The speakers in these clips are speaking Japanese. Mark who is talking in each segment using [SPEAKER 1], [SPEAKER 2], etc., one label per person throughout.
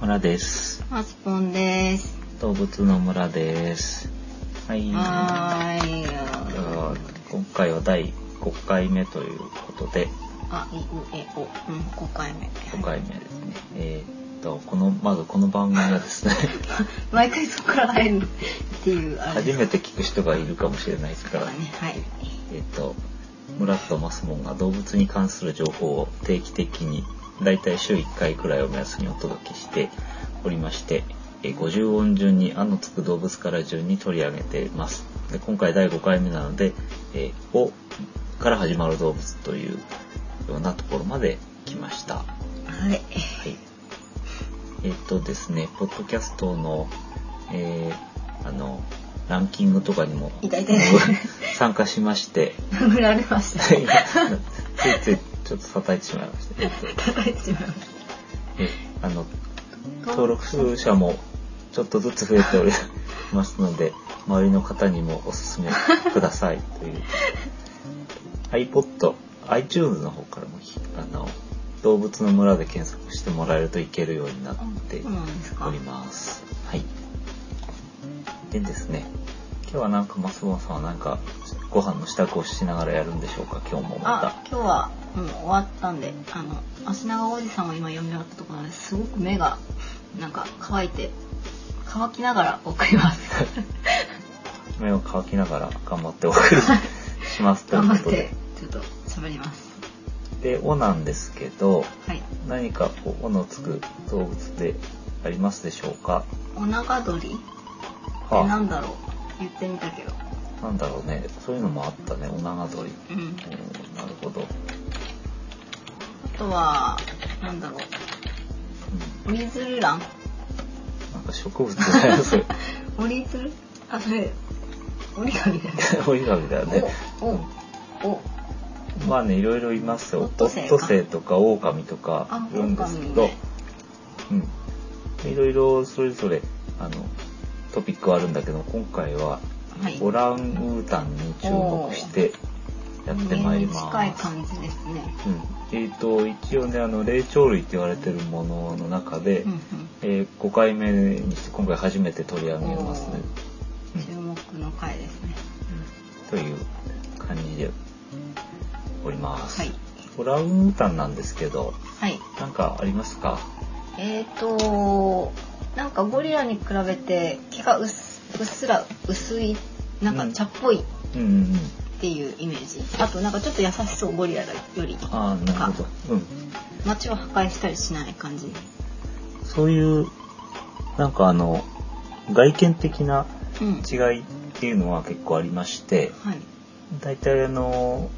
[SPEAKER 1] 村です。
[SPEAKER 2] マスポンです。
[SPEAKER 1] 動物の村です。はい。
[SPEAKER 2] はーい。
[SPEAKER 1] では今回は第5回目ということで、
[SPEAKER 2] あ、いうえお、うん、5回目。
[SPEAKER 1] 5回目ですね。えーっと、この、まずこの番組はですね、
[SPEAKER 2] 毎回そこから入るっていうあれ
[SPEAKER 1] 初めて聞く人がいるかもしれないですか
[SPEAKER 2] だからら、ね。はい。
[SPEAKER 1] えーっと、村とマスモンが動物に関する情報を定期的に、だいたい週1回くらいを目安にお届けしておりまして、えー50音順に「あ」のつく動物から順に取り上げています。で今回第5回目なので「えーお」から始まる動物というようなところまで来ました。は
[SPEAKER 2] はい。
[SPEAKER 1] い、えっ、とですねポッドキャストの,、えーあのランキングとかにも
[SPEAKER 2] 痛い痛い痛い
[SPEAKER 1] 参加しまして。
[SPEAKER 2] 殴られまし
[SPEAKER 1] つい
[SPEAKER 2] た。
[SPEAKER 1] ついちょっと叩いてしまいました。えっと
[SPEAKER 2] 叩いてしまいまし。
[SPEAKER 1] えあの登録者もちょっとずつ増えておりますので、周りの方にもおすすめくださいという。iPod、iTunes の方からもひ、あの、動物の村で検索してもらえるといけるようになったて
[SPEAKER 2] そうなんですか。
[SPEAKER 1] おります。はい。でですね、今日はなんか、マスボンさんはなんか、ご飯の支度をしながらやるんでしょうか、今日もま
[SPEAKER 2] あ、今日はもう終わったんで、あの、足長おじさんを今読み終わったところなんです。すごく目が、なんか乾いて、乾きながら送り ます。
[SPEAKER 1] た。目を乾きながら頑張ってお送りしますとい
[SPEAKER 2] 頑
[SPEAKER 1] う
[SPEAKER 2] 張
[SPEAKER 1] こ
[SPEAKER 2] っ
[SPEAKER 1] とで
[SPEAKER 2] て。、ちょっと喋ります。
[SPEAKER 1] で、おなんですけど、
[SPEAKER 2] はい。
[SPEAKER 1] 何かこう、おのつく動物でありますでしょうか
[SPEAKER 2] お腹鳥えな
[SPEAKER 1] は
[SPEAKER 2] んだろう言ってみたけど
[SPEAKER 1] あ、なんだろうね。そういうのもあったね。お長鳥。
[SPEAKER 2] うん
[SPEAKER 1] うん、なるほど。うん
[SPEAKER 2] あとはなんだろう折り 鶴蘭
[SPEAKER 1] なんか植物だ よ、それ。
[SPEAKER 2] 折り鶴あそれ折り紙だよね
[SPEAKER 1] 折り紙だよね。
[SPEAKER 2] おおお
[SPEAKER 1] まあね、いろいろいますよ。オ
[SPEAKER 2] オッ
[SPEAKER 1] ッ
[SPEAKER 2] トセイか
[SPEAKER 1] トセイとか、オオカミとか
[SPEAKER 2] あ、
[SPEAKER 1] いるんですけ
[SPEAKER 2] オ
[SPEAKER 1] ど
[SPEAKER 2] オカミね、
[SPEAKER 1] うん。いろいろそれぞれ、あの、トピックはあるんだけど、今回は、
[SPEAKER 2] はい
[SPEAKER 1] オランウータンに注目してやってまいります。
[SPEAKER 2] 人間に近い感じですね
[SPEAKER 1] うん、えっ、と、一応ね、あの、霊長類って言われてるものの中で、
[SPEAKER 2] うん
[SPEAKER 1] えー5回目にして、今回初めて取り上げますね。
[SPEAKER 2] うん注目の回ですね
[SPEAKER 1] という感じでおります。
[SPEAKER 2] はい
[SPEAKER 1] オランウータンなんですけど、
[SPEAKER 2] はい
[SPEAKER 1] なんかありますか
[SPEAKER 2] えーとなんかゴリラに比べて毛がうっすうっすら薄いなんか茶っぽいっ
[SPEAKER 1] うんうんうん。
[SPEAKER 2] ていうイメージあとなんかちょっと優しそうゴリラより
[SPEAKER 1] ああ、なるほど。うん。
[SPEAKER 2] 街を破壊したりしない感じ。
[SPEAKER 1] そういう、なんかあの、外見的な
[SPEAKER 2] うん。
[SPEAKER 1] 違いっていうのは結構ありまして、
[SPEAKER 2] はい。
[SPEAKER 1] 大体あの、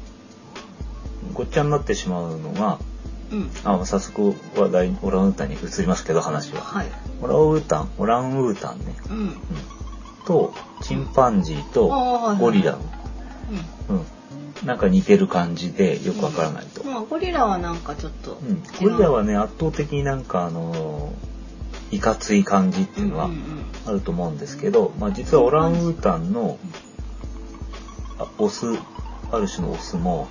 [SPEAKER 1] ごっちゃになってしまうのが、
[SPEAKER 2] うん。
[SPEAKER 1] あ早速話題オランウータンに移りますけど話は
[SPEAKER 2] はい。
[SPEAKER 1] オランウータンオランウータンね、
[SPEAKER 2] うん。
[SPEAKER 1] うん、とチンパンジーと
[SPEAKER 2] ああ
[SPEAKER 1] ゴリ。ラ
[SPEAKER 2] は、
[SPEAKER 1] うん、なんか似てる感じでよくわからないと、
[SPEAKER 2] いうんまあゴリラはなんかちょっと。
[SPEAKER 1] うん、ゴリラはね圧倒的になんかあのーいかつい感じって
[SPEAKER 2] う。
[SPEAKER 1] いうんの
[SPEAKER 2] うんう
[SPEAKER 1] は
[SPEAKER 2] ん。
[SPEAKER 1] あると思うんですけど、まあ、実はオランウータンのあオスある種のオスも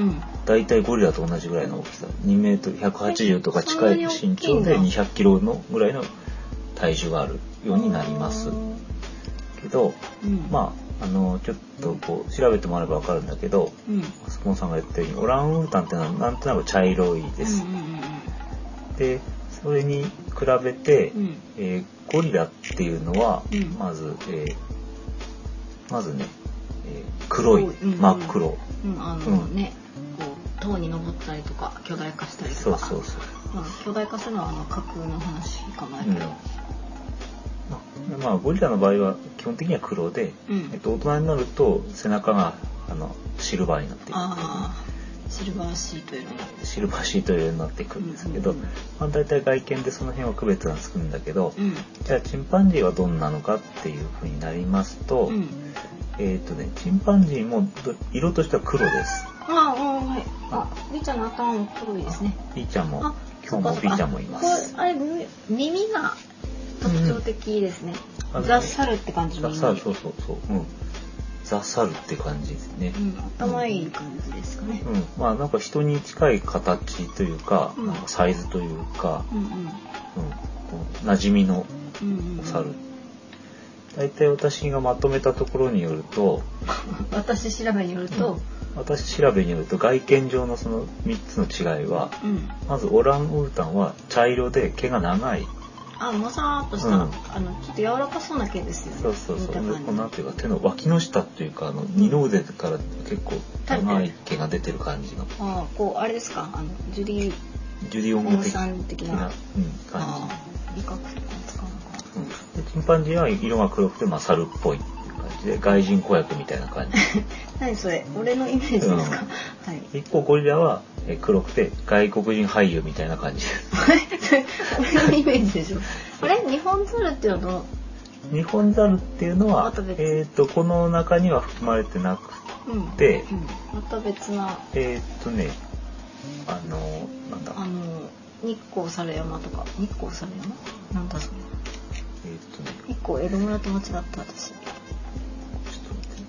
[SPEAKER 2] うん。
[SPEAKER 1] 大体ゴリラと同じぐらいの大きさ2メートル180とか近い
[SPEAKER 2] えそんな
[SPEAKER 1] 身
[SPEAKER 2] に大きいん
[SPEAKER 1] 長
[SPEAKER 2] だ
[SPEAKER 1] で200キロのぐらいの体重があるようになります
[SPEAKER 2] う
[SPEAKER 1] けど
[SPEAKER 2] ん。あ。
[SPEAKER 1] まああのちょっとこう調べてもらえば分かるんだけど
[SPEAKER 2] うん。
[SPEAKER 1] スポンさんが言ったようにオランウータンってのはなんとなく茶色いです
[SPEAKER 2] うん。うんうん
[SPEAKER 1] でそれに比べて、
[SPEAKER 2] うん。うん。
[SPEAKER 1] えーゴリラっていうのは
[SPEAKER 2] うん
[SPEAKER 1] まず、えーまずね、えー黒い
[SPEAKER 2] 黒いうんうん
[SPEAKER 1] 真っ黒
[SPEAKER 2] うん。あのね。こう塔に登ったりとか巨大化したりと
[SPEAKER 1] そう
[SPEAKER 2] か。
[SPEAKER 1] そうそう
[SPEAKER 2] まあ巨大化するのはあの架空の話かもだけ
[SPEAKER 1] うん
[SPEAKER 2] ど。
[SPEAKER 1] まあまあ、ゴリラの場合は基本的には黒で、
[SPEAKER 2] うん
[SPEAKER 1] えっと、大人になると背中があのシルバーになっていくっていうね
[SPEAKER 2] ああ。シルバーシートよりも。
[SPEAKER 1] シルバーシート色になっていくんですけど、
[SPEAKER 2] うんうんうん
[SPEAKER 1] まあ、大体外見でその辺は区別がつくんだけど、
[SPEAKER 2] うん。
[SPEAKER 1] じゃあチンパンジーはどんなのかっていうふうになりますと、
[SPEAKER 2] うん。
[SPEAKER 1] えーっ、とねチンパンジーもど色としては黒です。
[SPEAKER 2] ああ、うん、はい。あ、ビーちゃんの頭も黒いですね。
[SPEAKER 1] ピーちゃんも
[SPEAKER 2] あ、
[SPEAKER 1] 今日も
[SPEAKER 2] そっかそっか
[SPEAKER 1] ピーちゃんもいます。
[SPEAKER 2] これあれ耳耳が特徴的ですね
[SPEAKER 1] うんあ。の
[SPEAKER 2] ザサルって感じの
[SPEAKER 1] さ
[SPEAKER 2] 耳。
[SPEAKER 1] さあそうそうそう、うん、ザ・サルって感じですね。
[SPEAKER 2] うん、頭いい感じですかね
[SPEAKER 1] う。ん、まあなんか人に近い形というか、
[SPEAKER 2] うん
[SPEAKER 1] なんかサイズというか、
[SPEAKER 2] うんうん。
[SPEAKER 1] うん、こう馴染みの
[SPEAKER 2] うんうん。
[SPEAKER 1] お猿。大体私がまとめたところによると、
[SPEAKER 2] 私調べによると、
[SPEAKER 1] 私調べによると外見上のその3つの違いは、
[SPEAKER 2] うん。
[SPEAKER 1] まずオランウータンは茶色で毛が長い。
[SPEAKER 2] あ、もさーっとした、
[SPEAKER 1] うん
[SPEAKER 2] あの、ちょっと柔らかそうな毛ですよね。
[SPEAKER 1] そうそうそう。で
[SPEAKER 2] 見た
[SPEAKER 1] こうなん
[SPEAKER 2] 感
[SPEAKER 1] ていうか手の脇の下っていうか、あの二の腕から結構長い毛が出てる感じの、
[SPEAKER 2] じ。ああ、こう、あれですか、あの、ジュリー・
[SPEAKER 1] ジュリオ
[SPEAKER 2] オ
[SPEAKER 1] ン
[SPEAKER 2] ム
[SPEAKER 1] ゴ的
[SPEAKER 2] さ
[SPEAKER 1] な、
[SPEAKER 2] ん的
[SPEAKER 1] うん、
[SPEAKER 2] な
[SPEAKER 1] 感。
[SPEAKER 2] あ
[SPEAKER 1] じ。
[SPEAKER 2] あ、美学とか使うのか
[SPEAKER 1] うんでチンパンジーは色が黒くて、まあ、猿っぽいっていう感じで外人子役みたいな感じ
[SPEAKER 2] な。何それ、俺のイメージですか。
[SPEAKER 1] うん
[SPEAKER 2] はい。
[SPEAKER 1] 一方ゴリラはえー黒くて外国人俳優みたいな感じです
[SPEAKER 2] 俺のイメージでしょ。あれ、日本猿っていうの、
[SPEAKER 1] 日本猿っていうの
[SPEAKER 2] ま
[SPEAKER 1] は
[SPEAKER 2] た、別
[SPEAKER 1] えー、とこの中には含まれてなく
[SPEAKER 2] うん。
[SPEAKER 1] で
[SPEAKER 2] うん、また別な、
[SPEAKER 1] えっ、とねあのなんだ
[SPEAKER 2] あの、日光猿山とか、日光猿山。なんだそれ。
[SPEAKER 1] えっ、とね
[SPEAKER 2] 日光江戸村と間違った
[SPEAKER 1] ちょ
[SPEAKER 2] 私。
[SPEAKER 1] っと待ってね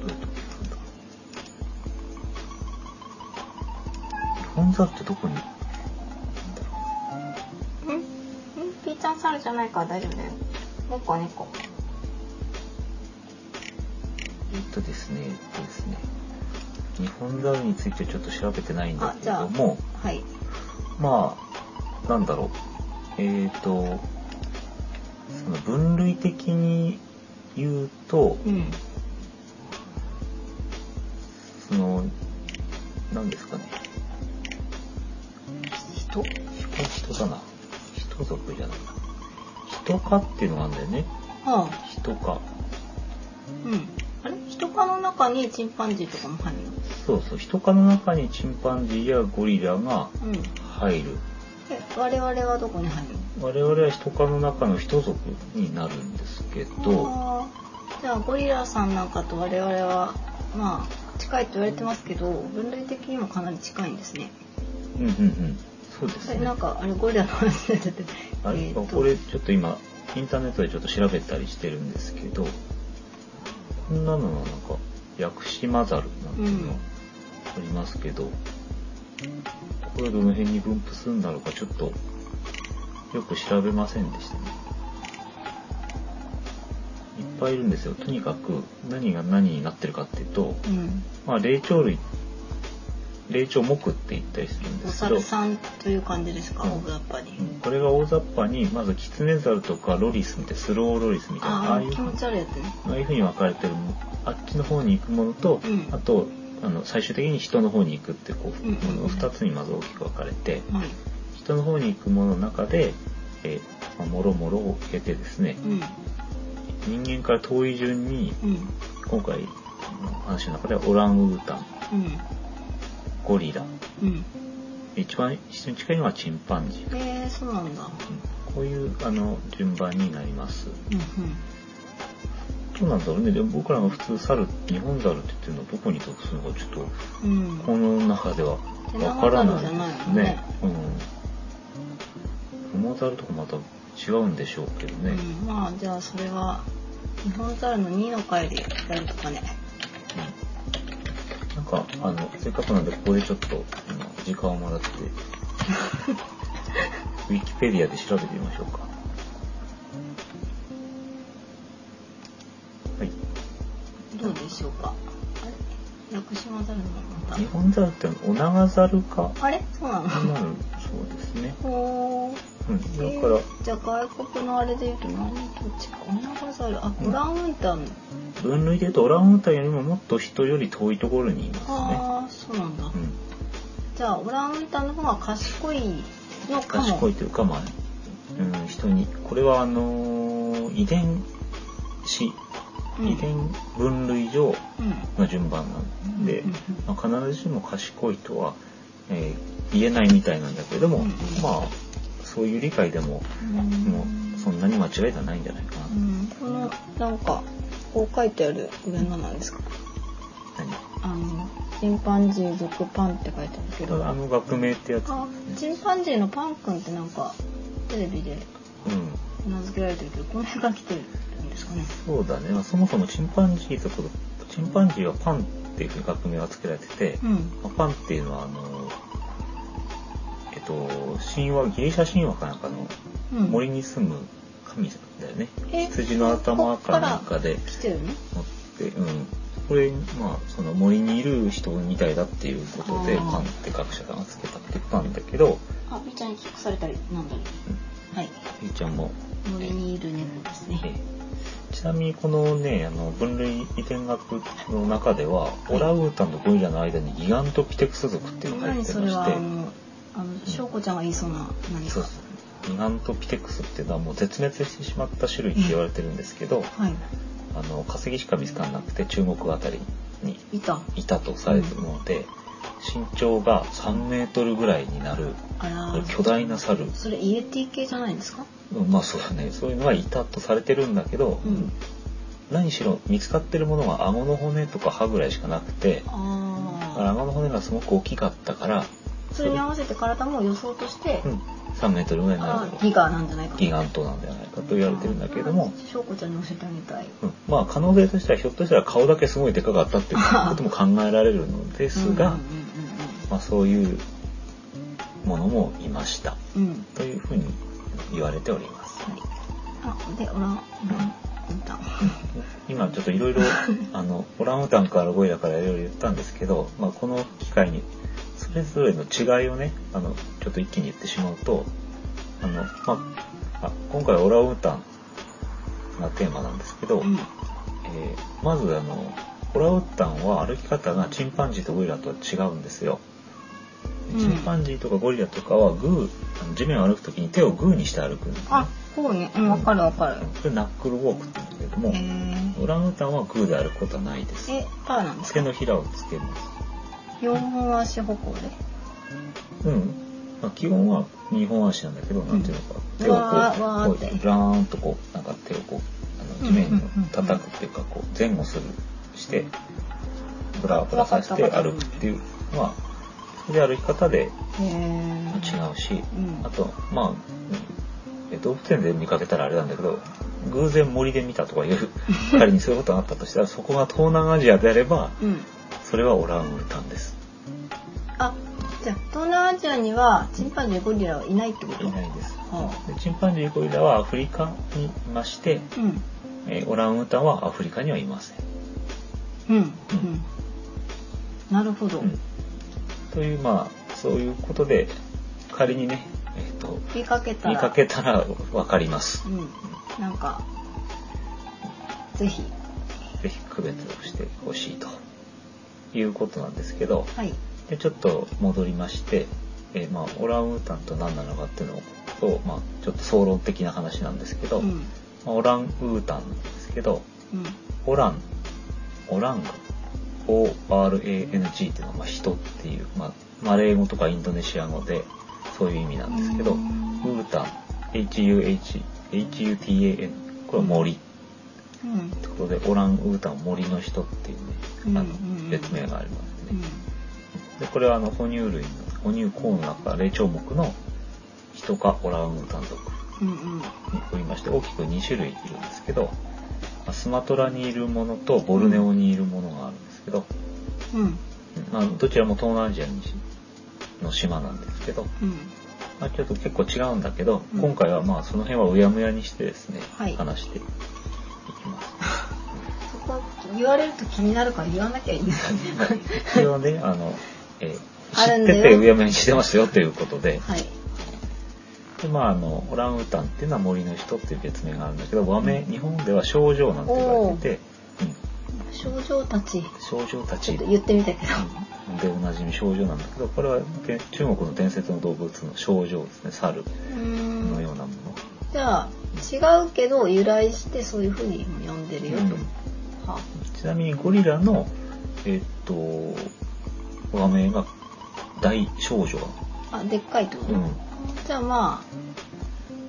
[SPEAKER 1] どうやって送ったんだ日本猿ってどこに
[SPEAKER 2] んんピーちゃん猿じゃないから大丈夫だよ。猫猫。
[SPEAKER 1] えっとですね、えっとですね、日本猿についてちょっと調べてないんだけれども、
[SPEAKER 2] はい。
[SPEAKER 1] まあ、なんだろう、えっ、と、その分類的に言うと、
[SPEAKER 2] うん。
[SPEAKER 1] その、なんですかね、
[SPEAKER 2] 人
[SPEAKER 1] 人、人だな。人族じゃないな。人科っていうのがあるんだよね。
[SPEAKER 2] ああ。
[SPEAKER 1] 人科。
[SPEAKER 2] うん。あれ人科の中にチンパンジーとかも入るの
[SPEAKER 1] そうそう、人科の中にチンパンジーやゴリラが
[SPEAKER 2] うん。え、
[SPEAKER 1] 入る。
[SPEAKER 2] 我々はどこに入る
[SPEAKER 1] 我々は人科の中の人族になるんですけど、
[SPEAKER 2] のああ。じゃあゴリラさんなんかと我々は、まあ、近いと言われてますけど、分類的にもかなり近いんですね。
[SPEAKER 1] うんうんうん。そうです
[SPEAKER 2] それ
[SPEAKER 1] ね
[SPEAKER 2] なん。か、あれゴリラの話になっちゃって。
[SPEAKER 1] あれ、
[SPEAKER 2] えーと
[SPEAKER 1] これちょっと今、インターネットでちょっと調べたりしてるんですけど、こんなのはなんか、屋久島猿なんていうの
[SPEAKER 2] うん
[SPEAKER 1] ありますけど、これどの辺に分布するんだろうか、ちょっと、よく調べませんでしたね。いっぱいいるんですよ。とにかく、何が何になってるかっていうと、
[SPEAKER 2] うん。
[SPEAKER 1] まあ、霊長類、霊長目って言ったりするんで
[SPEAKER 2] お
[SPEAKER 1] すけど、
[SPEAKER 2] 猿さんという感じですか、
[SPEAKER 1] うん
[SPEAKER 2] 大雑把に。
[SPEAKER 1] うんこれが大雑把に、まずキツネザルとかロリスみたいな、スローロリスみたいな、あ
[SPEAKER 2] あ
[SPEAKER 1] あ
[SPEAKER 2] あ
[SPEAKER 1] いう
[SPEAKER 2] 気持ち悪いやつね。
[SPEAKER 1] ああいうふうに分かれてるものあっちの方に行くものと、
[SPEAKER 2] うん
[SPEAKER 1] あと、あの、最終的に人の方に行くって、こう、
[SPEAKER 2] うんうんうん
[SPEAKER 1] もの二つにまず大きく分かれて、
[SPEAKER 2] はい。
[SPEAKER 1] 人の方に行くものの中で、えーまあもろもろを経てですね、
[SPEAKER 2] うん。
[SPEAKER 1] 人間から遠い順に、
[SPEAKER 2] うん。
[SPEAKER 1] 今回の話の中ではオランウータン、
[SPEAKER 2] うん。
[SPEAKER 1] ゴリラ、
[SPEAKER 2] うん。
[SPEAKER 1] 一番一緒に近いのはチンパンジー。うん
[SPEAKER 2] えー、そうなんだ。
[SPEAKER 1] こういう、あの、順番になります。
[SPEAKER 2] うん
[SPEAKER 1] どうなんだろうね。でも僕らが普通猿、日本猿って言ってるのはどこに属するのかちょっと、
[SPEAKER 2] うん。う
[SPEAKER 1] こ
[SPEAKER 2] ん。
[SPEAKER 1] の中ではわからないですね。うん。モザルとかまた違うんでしょうけどね。うん
[SPEAKER 2] うん、まあじゃあそれは日本猿の2の回でやるとかね。
[SPEAKER 1] なんか、あの、せっかくなんでここでちょっと、今、時間をもら って、ウィキペディアで調べてみましょうか。はい。
[SPEAKER 2] どうでしょうか。あれ屋久島猿のま
[SPEAKER 1] 日本猿ってオナガザルか
[SPEAKER 2] た。あれそうなの。
[SPEAKER 1] になるそうですね。
[SPEAKER 2] ほー。
[SPEAKER 1] うん。
[SPEAKER 2] え
[SPEAKER 1] だから
[SPEAKER 2] ー、、じゃあ外国のあれで言うと何と違うオナガザルあオランウータン、
[SPEAKER 1] 分類で言うとオランウータンよりももっと人より遠いところにいますね。
[SPEAKER 2] ああそうなんだ、
[SPEAKER 1] うん。
[SPEAKER 2] じゃあオランウータンの方が賢いのかも
[SPEAKER 1] 賢いというか、まあ、うん、人に、これはあのー遺伝子、
[SPEAKER 2] うん
[SPEAKER 1] 遺伝分類上
[SPEAKER 2] うん
[SPEAKER 1] の順番なんで、
[SPEAKER 2] うん
[SPEAKER 1] まあ、必ずしも賢いとは、えー言えないみたいなんだけれども、
[SPEAKER 2] うんうん
[SPEAKER 1] まあ、そういう理解でも、
[SPEAKER 2] うん
[SPEAKER 1] もうそんなに間違いではないんじゃないかな。
[SPEAKER 2] うんこのなんかこう書いてある上のなんですか
[SPEAKER 1] 何
[SPEAKER 2] あのチンパンジー族パンって書いてあるけど
[SPEAKER 1] あの学名ってやつ、
[SPEAKER 2] あチンパンジーのパン君ってなんかテレビで
[SPEAKER 1] うん、
[SPEAKER 2] 名付けられてるけどこの辺から来てるんですかね
[SPEAKER 1] そうだね、まあ、そもそもチンパンジーとかチンパンジーはパンっていうふうに学名が付けられてて、
[SPEAKER 2] うん
[SPEAKER 1] まあパンっていうのはあのえっと神話ギリシャ神話かなんかの
[SPEAKER 2] うん
[SPEAKER 1] 森に住む神だよね、
[SPEAKER 2] え
[SPEAKER 1] 羊の頭かなんかで
[SPEAKER 2] 来てるの
[SPEAKER 1] 持ってうんこれまあその森にいる人みたいだっていうことで
[SPEAKER 2] あー
[SPEAKER 1] パンって学者さんが付けたって言ったんだけど
[SPEAKER 2] あみーちゃんに聞かされたりなんだりはい
[SPEAKER 1] ゆいちゃんも
[SPEAKER 2] 森にいる猫です
[SPEAKER 1] え
[SPEAKER 2] ね
[SPEAKER 1] えちなみにこのねあの分類遺伝学の中ではオランウータンとゴリラの間にギガントピテクス族っていうのが入
[SPEAKER 2] 何
[SPEAKER 1] って
[SPEAKER 2] そ
[SPEAKER 1] ま
[SPEAKER 2] れ
[SPEAKER 1] し
[SPEAKER 2] は
[SPEAKER 1] て
[SPEAKER 2] あのあの翔子ちゃんが言いそうな何か
[SPEAKER 1] そうそうギガントピテクスっていうのはもう絶滅してしまった種類って言われてるんですけど、
[SPEAKER 2] はい
[SPEAKER 1] あの化石しか見つからなくて中国あたりに
[SPEAKER 2] いた
[SPEAKER 1] いたとされてるもので、身長が3メートルぐらいになる
[SPEAKER 2] あらー
[SPEAKER 1] 巨大な猿
[SPEAKER 2] それイエティ系じゃないんですか
[SPEAKER 1] うんまあそうだねそういうのはいたとされてるんだけど、
[SPEAKER 2] うん
[SPEAKER 1] 何しろ見つかってるものは顎の骨とか歯ぐらいしかなくてだから
[SPEAKER 2] あ
[SPEAKER 1] 顎の骨がすごく大きかったから
[SPEAKER 2] あそれに合わせて体も予想として
[SPEAKER 1] うん、3メートルぐらいにな
[SPEAKER 2] あ
[SPEAKER 1] る
[SPEAKER 2] ーギガなんじゃないか
[SPEAKER 1] ギガントなんじゃないかと言われてるんだけれども、
[SPEAKER 2] 翔子ちゃんに教えてあげたい
[SPEAKER 1] うん、まあ可能性としてはひょっとしたら顔だけすごいでかかったっていうことも考えられるのですが、
[SPEAKER 2] うん
[SPEAKER 1] まあ、そういうものもいました
[SPEAKER 2] うんうんうんうん
[SPEAKER 1] というふうに言われております。
[SPEAKER 2] はいあでオランウータン
[SPEAKER 1] 今ちょっといろい ろあのオランウータンからゴリラからいろいろ言ったんですけど、まあ、この機会にそれぞれの違いをねあのちょっと一気に言ってしまうとあの、まあ、あ今回はオランウータンがテーマなんですけど、
[SPEAKER 2] うん
[SPEAKER 1] えーまずあのオランウータンは歩き方がチンパンジーとゴリラとは違うんですよ。
[SPEAKER 2] うん
[SPEAKER 1] チンパンジーとかゴリラとかはグーあの地面を歩く時に手をグーにして歩くんですね
[SPEAKER 2] あこうねうんわかるわかる
[SPEAKER 1] これナックルウォークって言うんだけども、
[SPEAKER 2] へー
[SPEAKER 1] オランウータンはグーで歩くことはないです。
[SPEAKER 2] えパーなんです
[SPEAKER 1] 付け
[SPEAKER 2] か
[SPEAKER 1] のひらをつけます。
[SPEAKER 2] 四本足歩行で
[SPEAKER 1] うん。まあ、基本は二本足なんだけど、なんていうのか、
[SPEAKER 2] うん
[SPEAKER 1] 手をこ
[SPEAKER 2] わーわー
[SPEAKER 1] う、
[SPEAKER 2] って
[SPEAKER 1] こう、ブラーンとこう、なんか手をこう、あの地面に叩くっていうか、こう、前後する、して、ブラブラさせて歩くっていう、まあ、それで歩き方で
[SPEAKER 2] へ
[SPEAKER 1] 違
[SPEAKER 2] え
[SPEAKER 1] うし、
[SPEAKER 2] うん
[SPEAKER 1] あと、まあうん、え動物園で見かけたらあれなんだけど、偶然森で見たとか いう、仮にそういうことがあったとしたら、そこが東南アジアであれば、
[SPEAKER 2] うん
[SPEAKER 1] それはオランウータンです。
[SPEAKER 2] あじゃあ東南アジアにはチンパンジーゴリラはいないってこと
[SPEAKER 1] いないです。
[SPEAKER 2] は
[SPEAKER 1] でチンパンジーゴリラはアフリカにいまして、
[SPEAKER 2] あうん
[SPEAKER 1] えーオランウータンはアフリカにはいません。
[SPEAKER 2] うんうんなるほど
[SPEAKER 1] うん、というまあそういうことで仮にね、えー、と
[SPEAKER 2] 見かけた
[SPEAKER 1] 見からけたらわかります
[SPEAKER 2] う。んなんかぜひ
[SPEAKER 1] ぜひ区別をしてほしいということなんですけど、
[SPEAKER 2] はい
[SPEAKER 1] でちょっと戻りまして、えーまあ、オランウータンと何なのかっていうのを、まあ、ちょっと総論的な話なんですけど、
[SPEAKER 2] うん
[SPEAKER 1] まあオランウータンなんですけど
[SPEAKER 2] うん
[SPEAKER 1] オランオラング ORANG っていうのは、まあ、人っていう、まあ、マレー語とかインドネシア語でそういう意味なんですけど、
[SPEAKER 2] うん
[SPEAKER 1] ウータン HUH HUTAN これは森
[SPEAKER 2] うん
[SPEAKER 1] ということでオランウータンは森の人っていうね、あ
[SPEAKER 2] うんうんうん
[SPEAKER 1] の別名があります
[SPEAKER 2] う
[SPEAKER 1] ね、
[SPEAKER 2] ん
[SPEAKER 1] でこれはあの哺乳類の哺乳項の中霊長目の人かオランウータン族
[SPEAKER 2] うん
[SPEAKER 1] におりまして大きく2種類いるんですけどまあスマトラにいるものとボルネオにいるものがあるんですけど、
[SPEAKER 2] うんうん
[SPEAKER 1] まあ、どちらも東南アジアにしの島なんですけど、
[SPEAKER 2] うん
[SPEAKER 1] まあ、ちょっと結構違うんだけど、
[SPEAKER 2] うん
[SPEAKER 1] 今回はまあその辺はうやむやにしてですね、
[SPEAKER 2] はい
[SPEAKER 1] 話していき ます。
[SPEAKER 2] そこは言われると気になるから言わなきゃいいん ですね
[SPEAKER 1] まあ一応ね、あの、えー
[SPEAKER 2] ある
[SPEAKER 1] 知っ
[SPEAKER 2] んだ
[SPEAKER 1] て
[SPEAKER 2] よ
[SPEAKER 1] てうやむやにしてますよということで、
[SPEAKER 2] はい
[SPEAKER 1] でまああのオランウータンっていうのは森の人っていう別名があるんだけど和名日本では症状なんて言われてて、うん、
[SPEAKER 2] 症状たち
[SPEAKER 1] 症状た
[SPEAKER 2] ち
[SPEAKER 1] ち
[SPEAKER 2] ょっと
[SPEAKER 1] で
[SPEAKER 2] 言ってみたけど
[SPEAKER 1] おなじみ症状なんだけどこれはで中国の伝説の動物の症状ですね猿
[SPEAKER 2] う
[SPEAKER 1] の
[SPEAKER 2] ーん
[SPEAKER 1] ようなもの、
[SPEAKER 2] じゃあ違うけど由来してそういうふうにも呼んでるよと、
[SPEAKER 1] うん
[SPEAKER 2] は
[SPEAKER 1] ちなみにゴリラのえっと和名が大少女、
[SPEAKER 2] あでっかいってこと、
[SPEAKER 1] うん
[SPEAKER 2] じゃあま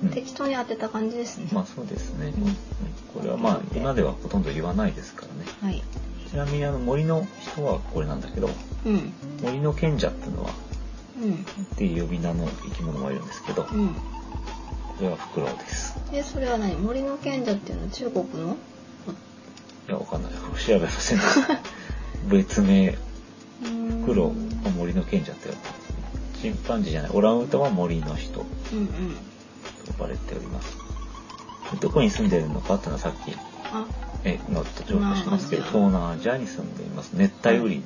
[SPEAKER 1] う
[SPEAKER 2] あ
[SPEAKER 1] ん、
[SPEAKER 2] 適当に当てた感じですね、
[SPEAKER 1] まあそうですね、
[SPEAKER 2] うん
[SPEAKER 1] うんこれはまあ今ではほとんど言わないですからね
[SPEAKER 2] はい
[SPEAKER 1] ちなみにあの森の人はこれなんだけど
[SPEAKER 2] うん
[SPEAKER 1] 森の賢者っていうのは
[SPEAKER 2] うん
[SPEAKER 1] っていう呼び名の生き物がいるんですけど、
[SPEAKER 2] うん
[SPEAKER 1] れはフクロウです。
[SPEAKER 2] えそれは何森の賢者っていうのは中国の
[SPEAKER 1] いや、わかんない。調べませんでした。別名、フク
[SPEAKER 2] 黒
[SPEAKER 1] ロウは森の賢者って呼ばれてチンパンジーじゃない、オランウータンは森の人と
[SPEAKER 2] うんうん
[SPEAKER 1] 呼ばれております。どこに住んでるのかっていうのはさっき、
[SPEAKER 2] あ
[SPEAKER 1] え、のと情報してますけど、東
[SPEAKER 2] 東
[SPEAKER 1] 南アジアに住んでいます。熱帯雨林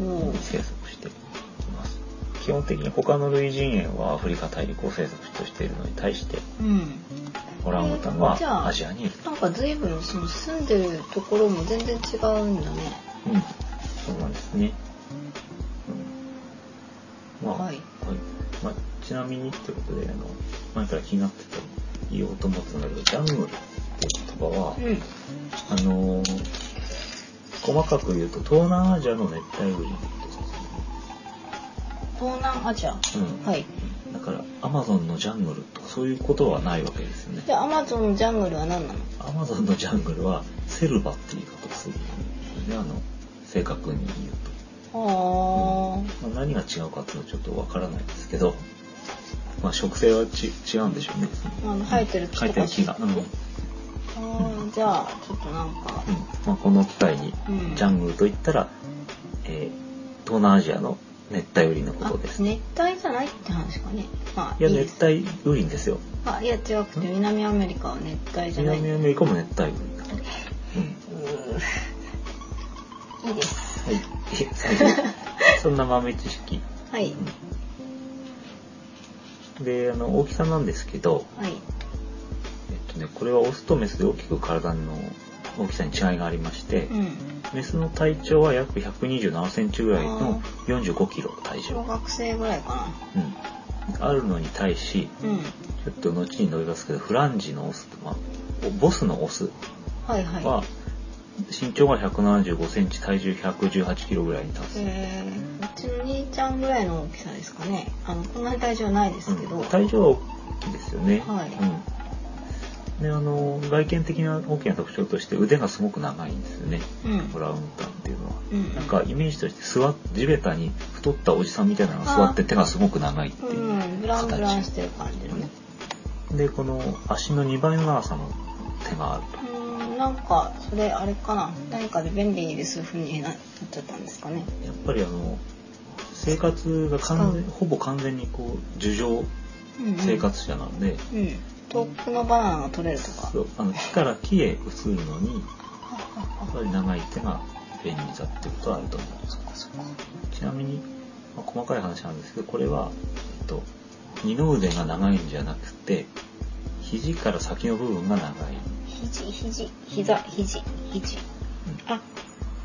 [SPEAKER 2] おう
[SPEAKER 1] に生息しています。基本的に他の類人猿はアフリカ大陸を生息としているのに対して、
[SPEAKER 2] うん
[SPEAKER 1] オランウータン
[SPEAKER 2] えーじゃ
[SPEAKER 1] は
[SPEAKER 2] あ
[SPEAKER 1] アジアにいる。
[SPEAKER 2] なんか随分その住んでるところも全然違うんだね
[SPEAKER 1] うん、そうなんですね。うんまあ、
[SPEAKER 2] はい
[SPEAKER 1] まあちなみにってことで、あの、前から気になってた言おうと思ってたんだけど、ジャングルって言葉は、
[SPEAKER 2] うん
[SPEAKER 1] あのー細かく言うと、東南アジアの熱帯雨林って
[SPEAKER 2] 東南アジア
[SPEAKER 1] ことですね。
[SPEAKER 2] はい
[SPEAKER 1] うん。だから、アマゾンのジャングルとかそういうことはないわけですよね
[SPEAKER 2] じ。ゃあアマゾンのジャングルは何なの
[SPEAKER 1] アマゾンのジャングルは、セルバっていう言い方をするんですね。あの、正確に言うと。
[SPEAKER 2] は
[SPEAKER 1] まあ、何が違うかっていうのはちょっとわからないですけど、まあ、植生はち違うんでしょうね。
[SPEAKER 2] あの生えてる木
[SPEAKER 1] 生
[SPEAKER 2] とか
[SPEAKER 1] えてる木が。うん。うん
[SPEAKER 2] あ、はあ、じゃあちょっとなんか
[SPEAKER 1] まあ、この機会に、
[SPEAKER 2] うん
[SPEAKER 1] ジャングルといったら、えー東南アジアの熱帯雨林のことです。
[SPEAKER 2] あ熱帯じゃないって話かねまあ
[SPEAKER 1] いや、
[SPEAKER 2] いいです
[SPEAKER 1] 熱帯雨林ですよ。
[SPEAKER 2] あいや違くて南アメリカは熱帯じゃない
[SPEAKER 1] 南アメリカも熱帯雨林だから。うん。
[SPEAKER 2] いいです
[SPEAKER 1] はい。え最後そんな豆知識。
[SPEAKER 2] はい
[SPEAKER 1] うんで、あの、大きさなんですけど、
[SPEAKER 2] は
[SPEAKER 1] え
[SPEAKER 2] い
[SPEAKER 1] っとね、これはオスとメスで大きく体の大きさに違いがありまして、
[SPEAKER 2] うん
[SPEAKER 1] メスの体長は約127センチぐらいの45キロ体重、
[SPEAKER 2] 小学生ぐらいか
[SPEAKER 1] うん、あるのに対し
[SPEAKER 2] なうん
[SPEAKER 1] ちょっと後に述べますけどフランジのオスと、まあ、ボスのオス
[SPEAKER 2] はいはい
[SPEAKER 1] は身長が175センチ体重118キロぐらいに達する、
[SPEAKER 2] えー、うちの兄ちゃんぐらいの大きさですかね。あの、こんなに体重はないですけど。
[SPEAKER 1] うん体重は大きいですよね、
[SPEAKER 2] はい
[SPEAKER 1] うん、であの外見的な大きな特徴として腕がすごく長いんですよね
[SPEAKER 2] うん。
[SPEAKER 1] ブラウンタンっていうのは。
[SPEAKER 2] うん。
[SPEAKER 1] なんかイメージとして座っ地べたに太ったおじさんみたいなのが座って手がすごく長いって
[SPEAKER 2] う、
[SPEAKER 1] いうん
[SPEAKER 2] ブランブランしてる感じのね。
[SPEAKER 1] でこの足の2倍の長さの手がある
[SPEAKER 2] うん、なんか、それあれかな。何かで便利でそういう風になっちゃったんですかね。
[SPEAKER 1] とやっぱりあの生活が完全
[SPEAKER 2] うん
[SPEAKER 1] ほぼ完全にこう樹上
[SPEAKER 2] うん、うん。
[SPEAKER 1] 生。活者なので、
[SPEAKER 2] うん。遠くのバナナが取れるとか。
[SPEAKER 1] そうあの木から木へ移るのにや
[SPEAKER 2] はは
[SPEAKER 1] っ
[SPEAKER 2] は
[SPEAKER 1] ぱり長い手が便利だってことはあると思うんです
[SPEAKER 2] そっかそっか。
[SPEAKER 1] ちなみに、まあ細かい話なんですけどこれは、えっと、二の腕が長いんじゃなくて肘から先の部分が長い。
[SPEAKER 2] 肘、肘、膝、肘、肘。
[SPEAKER 1] うん
[SPEAKER 2] あ、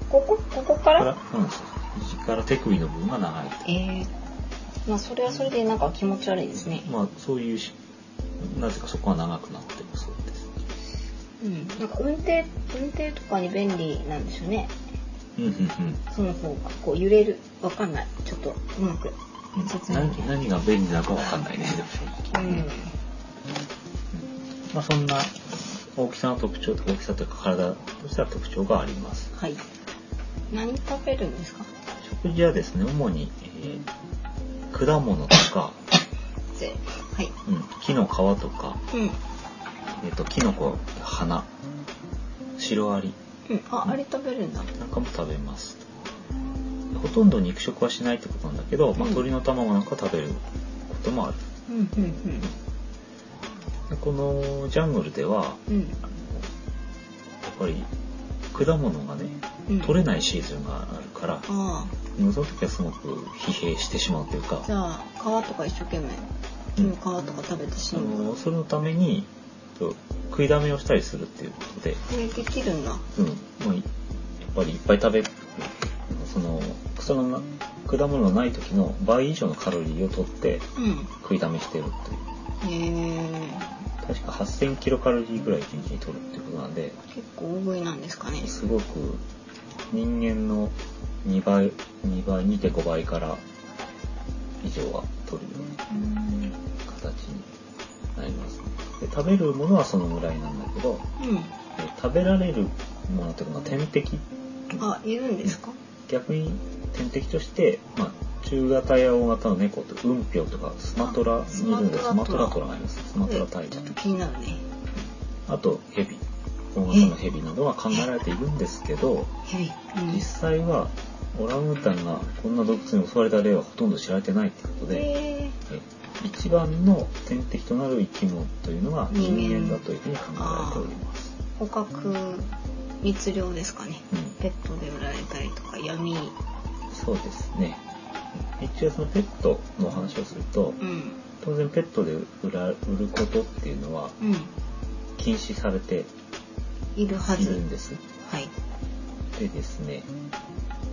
[SPEAKER 2] ここここか
[SPEAKER 1] からら、うん、肘から手首の部分が長いと。
[SPEAKER 2] えー、まあ、それはそれでなんか気持ち悪いですね。
[SPEAKER 1] まあ、そういうし、なぜかそこは長くなってるそうです。
[SPEAKER 2] うん、なんか運転運転とかに便利なんでしょうね
[SPEAKER 1] うんうんうん
[SPEAKER 2] その方がこう揺れるわかんないちょっとうまく
[SPEAKER 1] うん。何何が便利なのかわかんないね、でも正
[SPEAKER 2] う
[SPEAKER 1] 直。うん
[SPEAKER 2] ん
[SPEAKER 1] まあ、そんな大きさの特徴と大きさというか体としては特徴があります。
[SPEAKER 2] はい何食べるんですか
[SPEAKER 1] 食事はですね、主に、えー果物とか、
[SPEAKER 2] ぜはい
[SPEAKER 1] うん、木の皮とか、
[SPEAKER 2] うん
[SPEAKER 1] えっ、と、キノコ、花、シロアリ
[SPEAKER 2] うんああれ食べるんだ
[SPEAKER 1] なんかも食べます。ほとんど肉食はしないってことなんだけど、まあ、
[SPEAKER 2] うん
[SPEAKER 1] 鶏の卵なんか食べることもある。
[SPEAKER 2] うんうん
[SPEAKER 1] でこのジャングルでは、
[SPEAKER 2] うんうん
[SPEAKER 1] やっぱり果物がね、
[SPEAKER 2] うん
[SPEAKER 1] 取れないシーズンがあるから、
[SPEAKER 2] あ
[SPEAKER 1] その時はすごく疲弊してしまうというか
[SPEAKER 2] あじ、ゃあ皮とか一生懸命木の皮とか食べて死
[SPEAKER 1] あ
[SPEAKER 2] ぬの
[SPEAKER 1] のそれのためにと食いだめをしたりするっていうことで、
[SPEAKER 2] これできるんだ
[SPEAKER 1] うんまあ、やっぱりいっぱい食べる、その草のな果物がない時の倍以上のカロリーを取って
[SPEAKER 2] うん
[SPEAKER 1] 食いだめしてるという。
[SPEAKER 2] へえ
[SPEAKER 1] 確か8000キロカロリーぐらい一日に取るっていうことなんで
[SPEAKER 2] 結構大食いなんですかね
[SPEAKER 1] すごく人間の2倍2倍2.5倍から以上は取るような
[SPEAKER 2] うん
[SPEAKER 1] 形になりますで食べるものはそのぐらいなんだけど
[SPEAKER 2] うん
[SPEAKER 1] え食べられるものというか、まあ、天敵
[SPEAKER 2] あいるんですか
[SPEAKER 1] 逆に天敵として、まあ、中型や大型の猫って運氷とかスマトラ
[SPEAKER 2] あ
[SPEAKER 1] にいるのでス
[SPEAKER 2] ス
[SPEAKER 1] マ
[SPEAKER 2] マ
[SPEAKER 1] ト
[SPEAKER 2] ト
[SPEAKER 1] ラ
[SPEAKER 2] ラ
[SPEAKER 1] ト
[SPEAKER 2] ト
[SPEAKER 1] ラ
[SPEAKER 2] ラ
[SPEAKER 1] がいますスマトラ大蛇
[SPEAKER 2] 気になるね
[SPEAKER 1] あとヘビ大型のヘビなどは考えられているんですけど
[SPEAKER 2] ヘビ、うん、
[SPEAKER 1] 実際はオランウータンがこんな動物に襲われた例はほとんど知られてないってことで、
[SPEAKER 2] え
[SPEAKER 1] え一番の天敵となる生き物というのが人間だというふうに考えられております。
[SPEAKER 2] ー捕獲密漁ですかね
[SPEAKER 1] うん
[SPEAKER 2] ペットで売られたりとか闇
[SPEAKER 1] そうですね。一応そのペットのお話をすると、
[SPEAKER 2] うん
[SPEAKER 1] 当然ペットで売ら売ることっていうのは
[SPEAKER 2] うん
[SPEAKER 1] 禁止されて
[SPEAKER 2] いるはいず
[SPEAKER 1] るんです。
[SPEAKER 2] はい
[SPEAKER 1] でですね、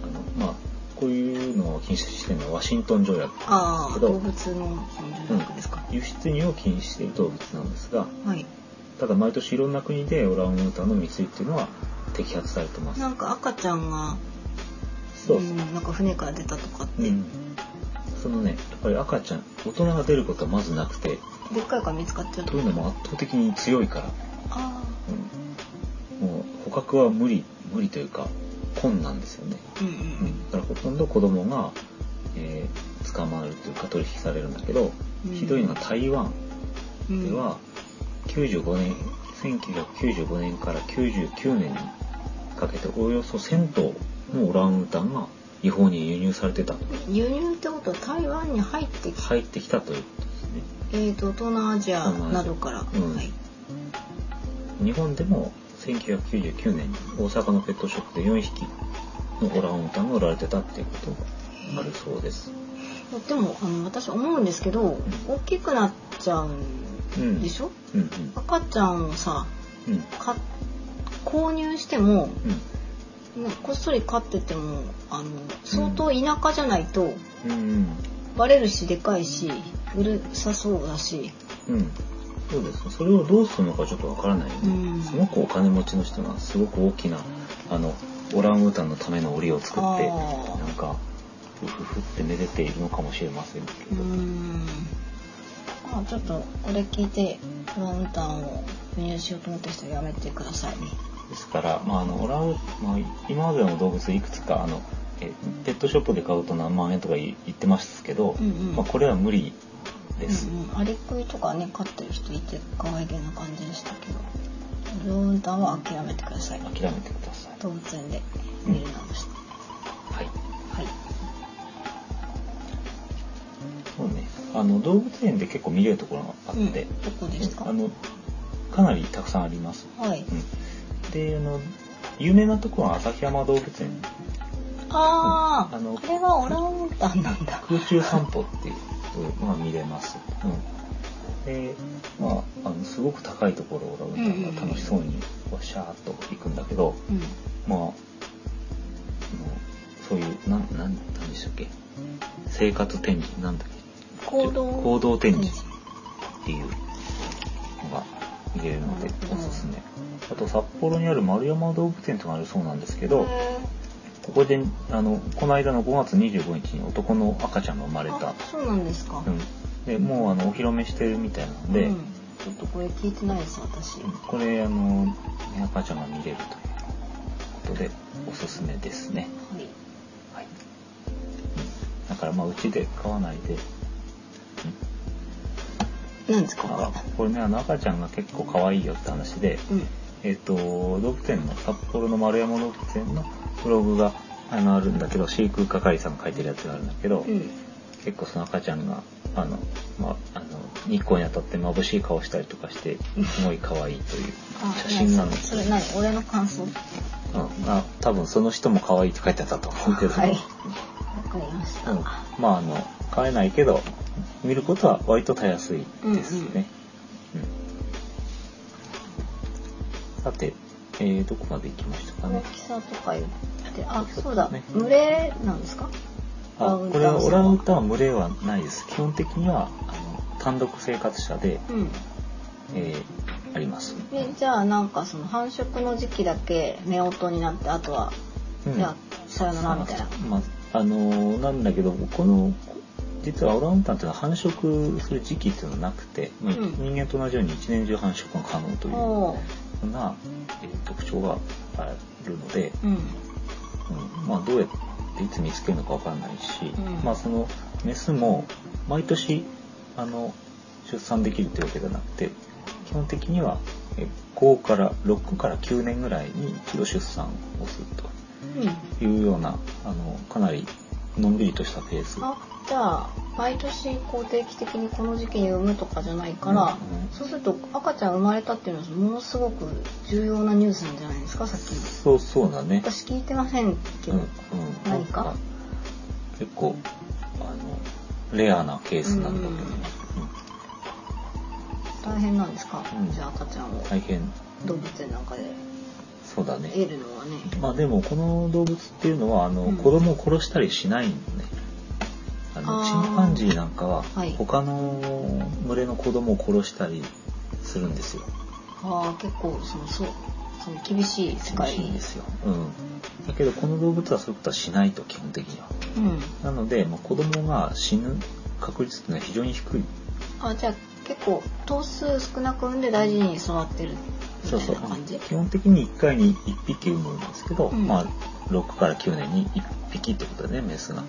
[SPEAKER 1] あのまあこういうのを禁止してるのはワシントン条約。
[SPEAKER 2] あ
[SPEAKER 1] け
[SPEAKER 2] あ
[SPEAKER 1] ど
[SPEAKER 2] 動物のその条約ですか、
[SPEAKER 1] 輸出入を禁止している動物なんですが、
[SPEAKER 2] はい
[SPEAKER 1] ただ毎年いろんな国でオランウータンの密輸っていうのは摘発されてます。
[SPEAKER 2] なんか赤ちゃんが
[SPEAKER 1] そうそう。
[SPEAKER 2] ん、なんか船から出たとかって、
[SPEAKER 1] うん、そのねやっぱり赤ちゃん大人が出ることはまずなくて
[SPEAKER 2] でっかいから見つかっちゃう
[SPEAKER 1] というのも圧倒的に強いから、
[SPEAKER 2] あ
[SPEAKER 1] うん、もう捕獲は無理無理というか困難ですよね、
[SPEAKER 2] あうんうん
[SPEAKER 1] うん、だからほとんど子供が、えー捕まるというか取引されるんだけど、
[SPEAKER 2] うん
[SPEAKER 1] ひどいのが台湾
[SPEAKER 2] うん
[SPEAKER 1] では95年1995年から99年にかけておよそ1000頭のオランウータンが違法に輸入されてた
[SPEAKER 2] 輸入ってことは台湾に入ってきて、
[SPEAKER 1] 入ってきたということですね
[SPEAKER 2] えー、と東南アジアなどから、
[SPEAKER 1] 東南ア
[SPEAKER 2] は
[SPEAKER 1] ジ
[SPEAKER 2] い
[SPEAKER 1] 日本でも1999年に大阪のペットショップで4匹のオランウータンが売られてたっていうことがあるそうです。
[SPEAKER 2] でもあの私思うんですけど、大きくなっちゃうん
[SPEAKER 1] うん、
[SPEAKER 2] でしょ、
[SPEAKER 1] うんうん
[SPEAKER 2] 赤ちゃんをさ
[SPEAKER 1] うん
[SPEAKER 2] か購入しても
[SPEAKER 1] う
[SPEAKER 2] もうこっそり飼っててもあの相当田舎じゃないと
[SPEAKER 1] んうん
[SPEAKER 2] バレるしでかいしうるさそうだし
[SPEAKER 1] うんうんそうですそれをどうするのかちょっとわからないよね、
[SPEAKER 2] うん
[SPEAKER 1] すごくお金持ちの人がすごく大きなあのオランウータンのための檻を作って
[SPEAKER 2] あー
[SPEAKER 1] なんかふふふってめでているのかもしれませんけ
[SPEAKER 2] うー
[SPEAKER 1] ど、
[SPEAKER 2] んまあちょっとこれ聞いてプランタンを輸入しようと思ってる人はやめてください
[SPEAKER 1] ですから、まあ、あのオランウまあ、今までの動物いくつかあのえペットショップで買うと何万円とかい言ってますけど、
[SPEAKER 2] うんうん
[SPEAKER 1] まあ、これは無理です、
[SPEAKER 2] うんうん、アリクイとかね飼ってる人いて可愛げな感じでしたけどプランタンは諦めてください
[SPEAKER 1] 諦めてください
[SPEAKER 2] 動物園で見るなどして、
[SPEAKER 1] はい
[SPEAKER 2] はい
[SPEAKER 1] そうねあの動物園で結構見れるところがあっ
[SPEAKER 2] うん
[SPEAKER 1] て、
[SPEAKER 2] どこですか
[SPEAKER 1] あのかなりたくさんあります、
[SPEAKER 2] はい
[SPEAKER 1] うん、であの有名なところは旭山動物園
[SPEAKER 2] あ
[SPEAKER 1] うん
[SPEAKER 2] あ
[SPEAKER 1] あの
[SPEAKER 2] あれはオランウータンなんだ
[SPEAKER 1] 空中散歩っていうのが見れます。うん、で、まあ、あのすごく高いところをラウンタンが楽しそうにこうシャーッと行くんだけど、
[SPEAKER 2] うん
[SPEAKER 1] まああの、そういう、なん、なん、何でしたっけ生活展示、なんだっけ
[SPEAKER 2] 行動
[SPEAKER 1] 行動展示っていうのが見れるのでおすすめ。あと札幌にある丸山動物園とかあるそうなんですけど、
[SPEAKER 2] へ
[SPEAKER 1] ここで、あの、この間の5月25日に男の赤ちゃんが生まれ
[SPEAKER 2] ー
[SPEAKER 1] た
[SPEAKER 2] あそうなんですか、
[SPEAKER 1] うん、でもうあのお披露目してるみたいなので、
[SPEAKER 2] うんちょっとこれ聞いてないです私
[SPEAKER 1] これあの赤ちゃんが見れるということでおすすめですね、
[SPEAKER 2] はい
[SPEAKER 1] はい、うんだからまあうちで飼わないで、うん、
[SPEAKER 2] 何ですか
[SPEAKER 1] あこれねあの赤ちゃんが結構可愛いよって話で、
[SPEAKER 2] うん
[SPEAKER 1] えっと動物園の札幌の丸山動物園のブログがあのあるんだけど飼育係さんが書いてるやつがあるんだけど、
[SPEAKER 2] うん
[SPEAKER 1] 結構その赤ちゃんがあの、まあ、あの日光に当たって眩しい顔したりとかしてすごい可愛いという
[SPEAKER 2] あ
[SPEAKER 1] 写真なんです
[SPEAKER 2] それ何俺の感想わ
[SPEAKER 1] ああ多分その人も可愛いって書いてあったと思うけど、
[SPEAKER 2] はいかりました、
[SPEAKER 1] うん、まああの飼えないけど見ることは割とたやすいですね、うんさて、えーどこまで行きましたかね
[SPEAKER 2] 大きさとか言ってあ
[SPEAKER 1] そう
[SPEAKER 2] そうだ、
[SPEAKER 1] ね
[SPEAKER 2] 群れなんですか
[SPEAKER 1] あ
[SPEAKER 2] オランウータン
[SPEAKER 1] これはオランウータンは群れはないです基本的にはあの単独生活者で、
[SPEAKER 2] うん
[SPEAKER 1] えーあります、
[SPEAKER 2] でじゃあなんかその繁殖の時期だけ夫婦になってあとは、
[SPEAKER 1] うん
[SPEAKER 2] じゃあさよならみたいな
[SPEAKER 1] まあ、あのーなんだけどこの実はオランウータンっていうのは繁殖する時期っていうのはなくて、まあ
[SPEAKER 2] うん
[SPEAKER 1] 人間と同じように一年中繁殖が可能というよ
[SPEAKER 2] おー
[SPEAKER 1] うな、えー特徴があるので、
[SPEAKER 2] うん
[SPEAKER 1] うんまあ、どうやっていつ見つけるのかわからないし、
[SPEAKER 2] うん
[SPEAKER 1] まあそのメスも毎年あの出産できるというわけじゃなくて基本的にはえ5から6から9年ぐらいに一度出産をする
[SPEAKER 2] うん
[SPEAKER 1] というようなあのかなりのんびりとしたペース
[SPEAKER 2] あじゃあ毎年こう定期的にこの時期に産むとかじゃないから、
[SPEAKER 1] うん
[SPEAKER 2] そうすると赤ちゃん生まれたっていうのはものすごく重要なニュースなんじゃないですかさっきの
[SPEAKER 1] そうそうだね
[SPEAKER 2] 私聞いてませんけど、
[SPEAKER 1] うん
[SPEAKER 2] 何か
[SPEAKER 1] なん結構あのレアなケースなんだけどね、
[SPEAKER 2] 大変なんですか、
[SPEAKER 1] うん
[SPEAKER 2] じゃあ赤ちゃんを
[SPEAKER 1] うん大変
[SPEAKER 2] 動物園なんかで
[SPEAKER 1] そうだね
[SPEAKER 2] 得るのはね、
[SPEAKER 1] まあでもこの動物っていうのはあの、
[SPEAKER 2] うん
[SPEAKER 1] 子供を殺したりしないんねあの
[SPEAKER 2] あー
[SPEAKER 1] チンパンジーなんかは
[SPEAKER 2] はい
[SPEAKER 1] 他の群れの子供を殺したりするんですよ
[SPEAKER 2] ああ結構そのそうその厳しい世
[SPEAKER 1] 厳
[SPEAKER 2] 界
[SPEAKER 1] しいんですよ、うん、だけどこの動物はそういうことはしないと基本的には
[SPEAKER 2] うん
[SPEAKER 1] なので、まあ、子供が死ぬ確率っていうのは非常に低い
[SPEAKER 2] あじゃあ結構頭数少なく産んで大事に育ってるみ
[SPEAKER 1] そう
[SPEAKER 2] たい
[SPEAKER 1] そう
[SPEAKER 2] な感じ
[SPEAKER 1] 基本的に1回に1匹産むんですけど、
[SPEAKER 2] うん
[SPEAKER 1] まあ6から9年に1匹ってことだねメスが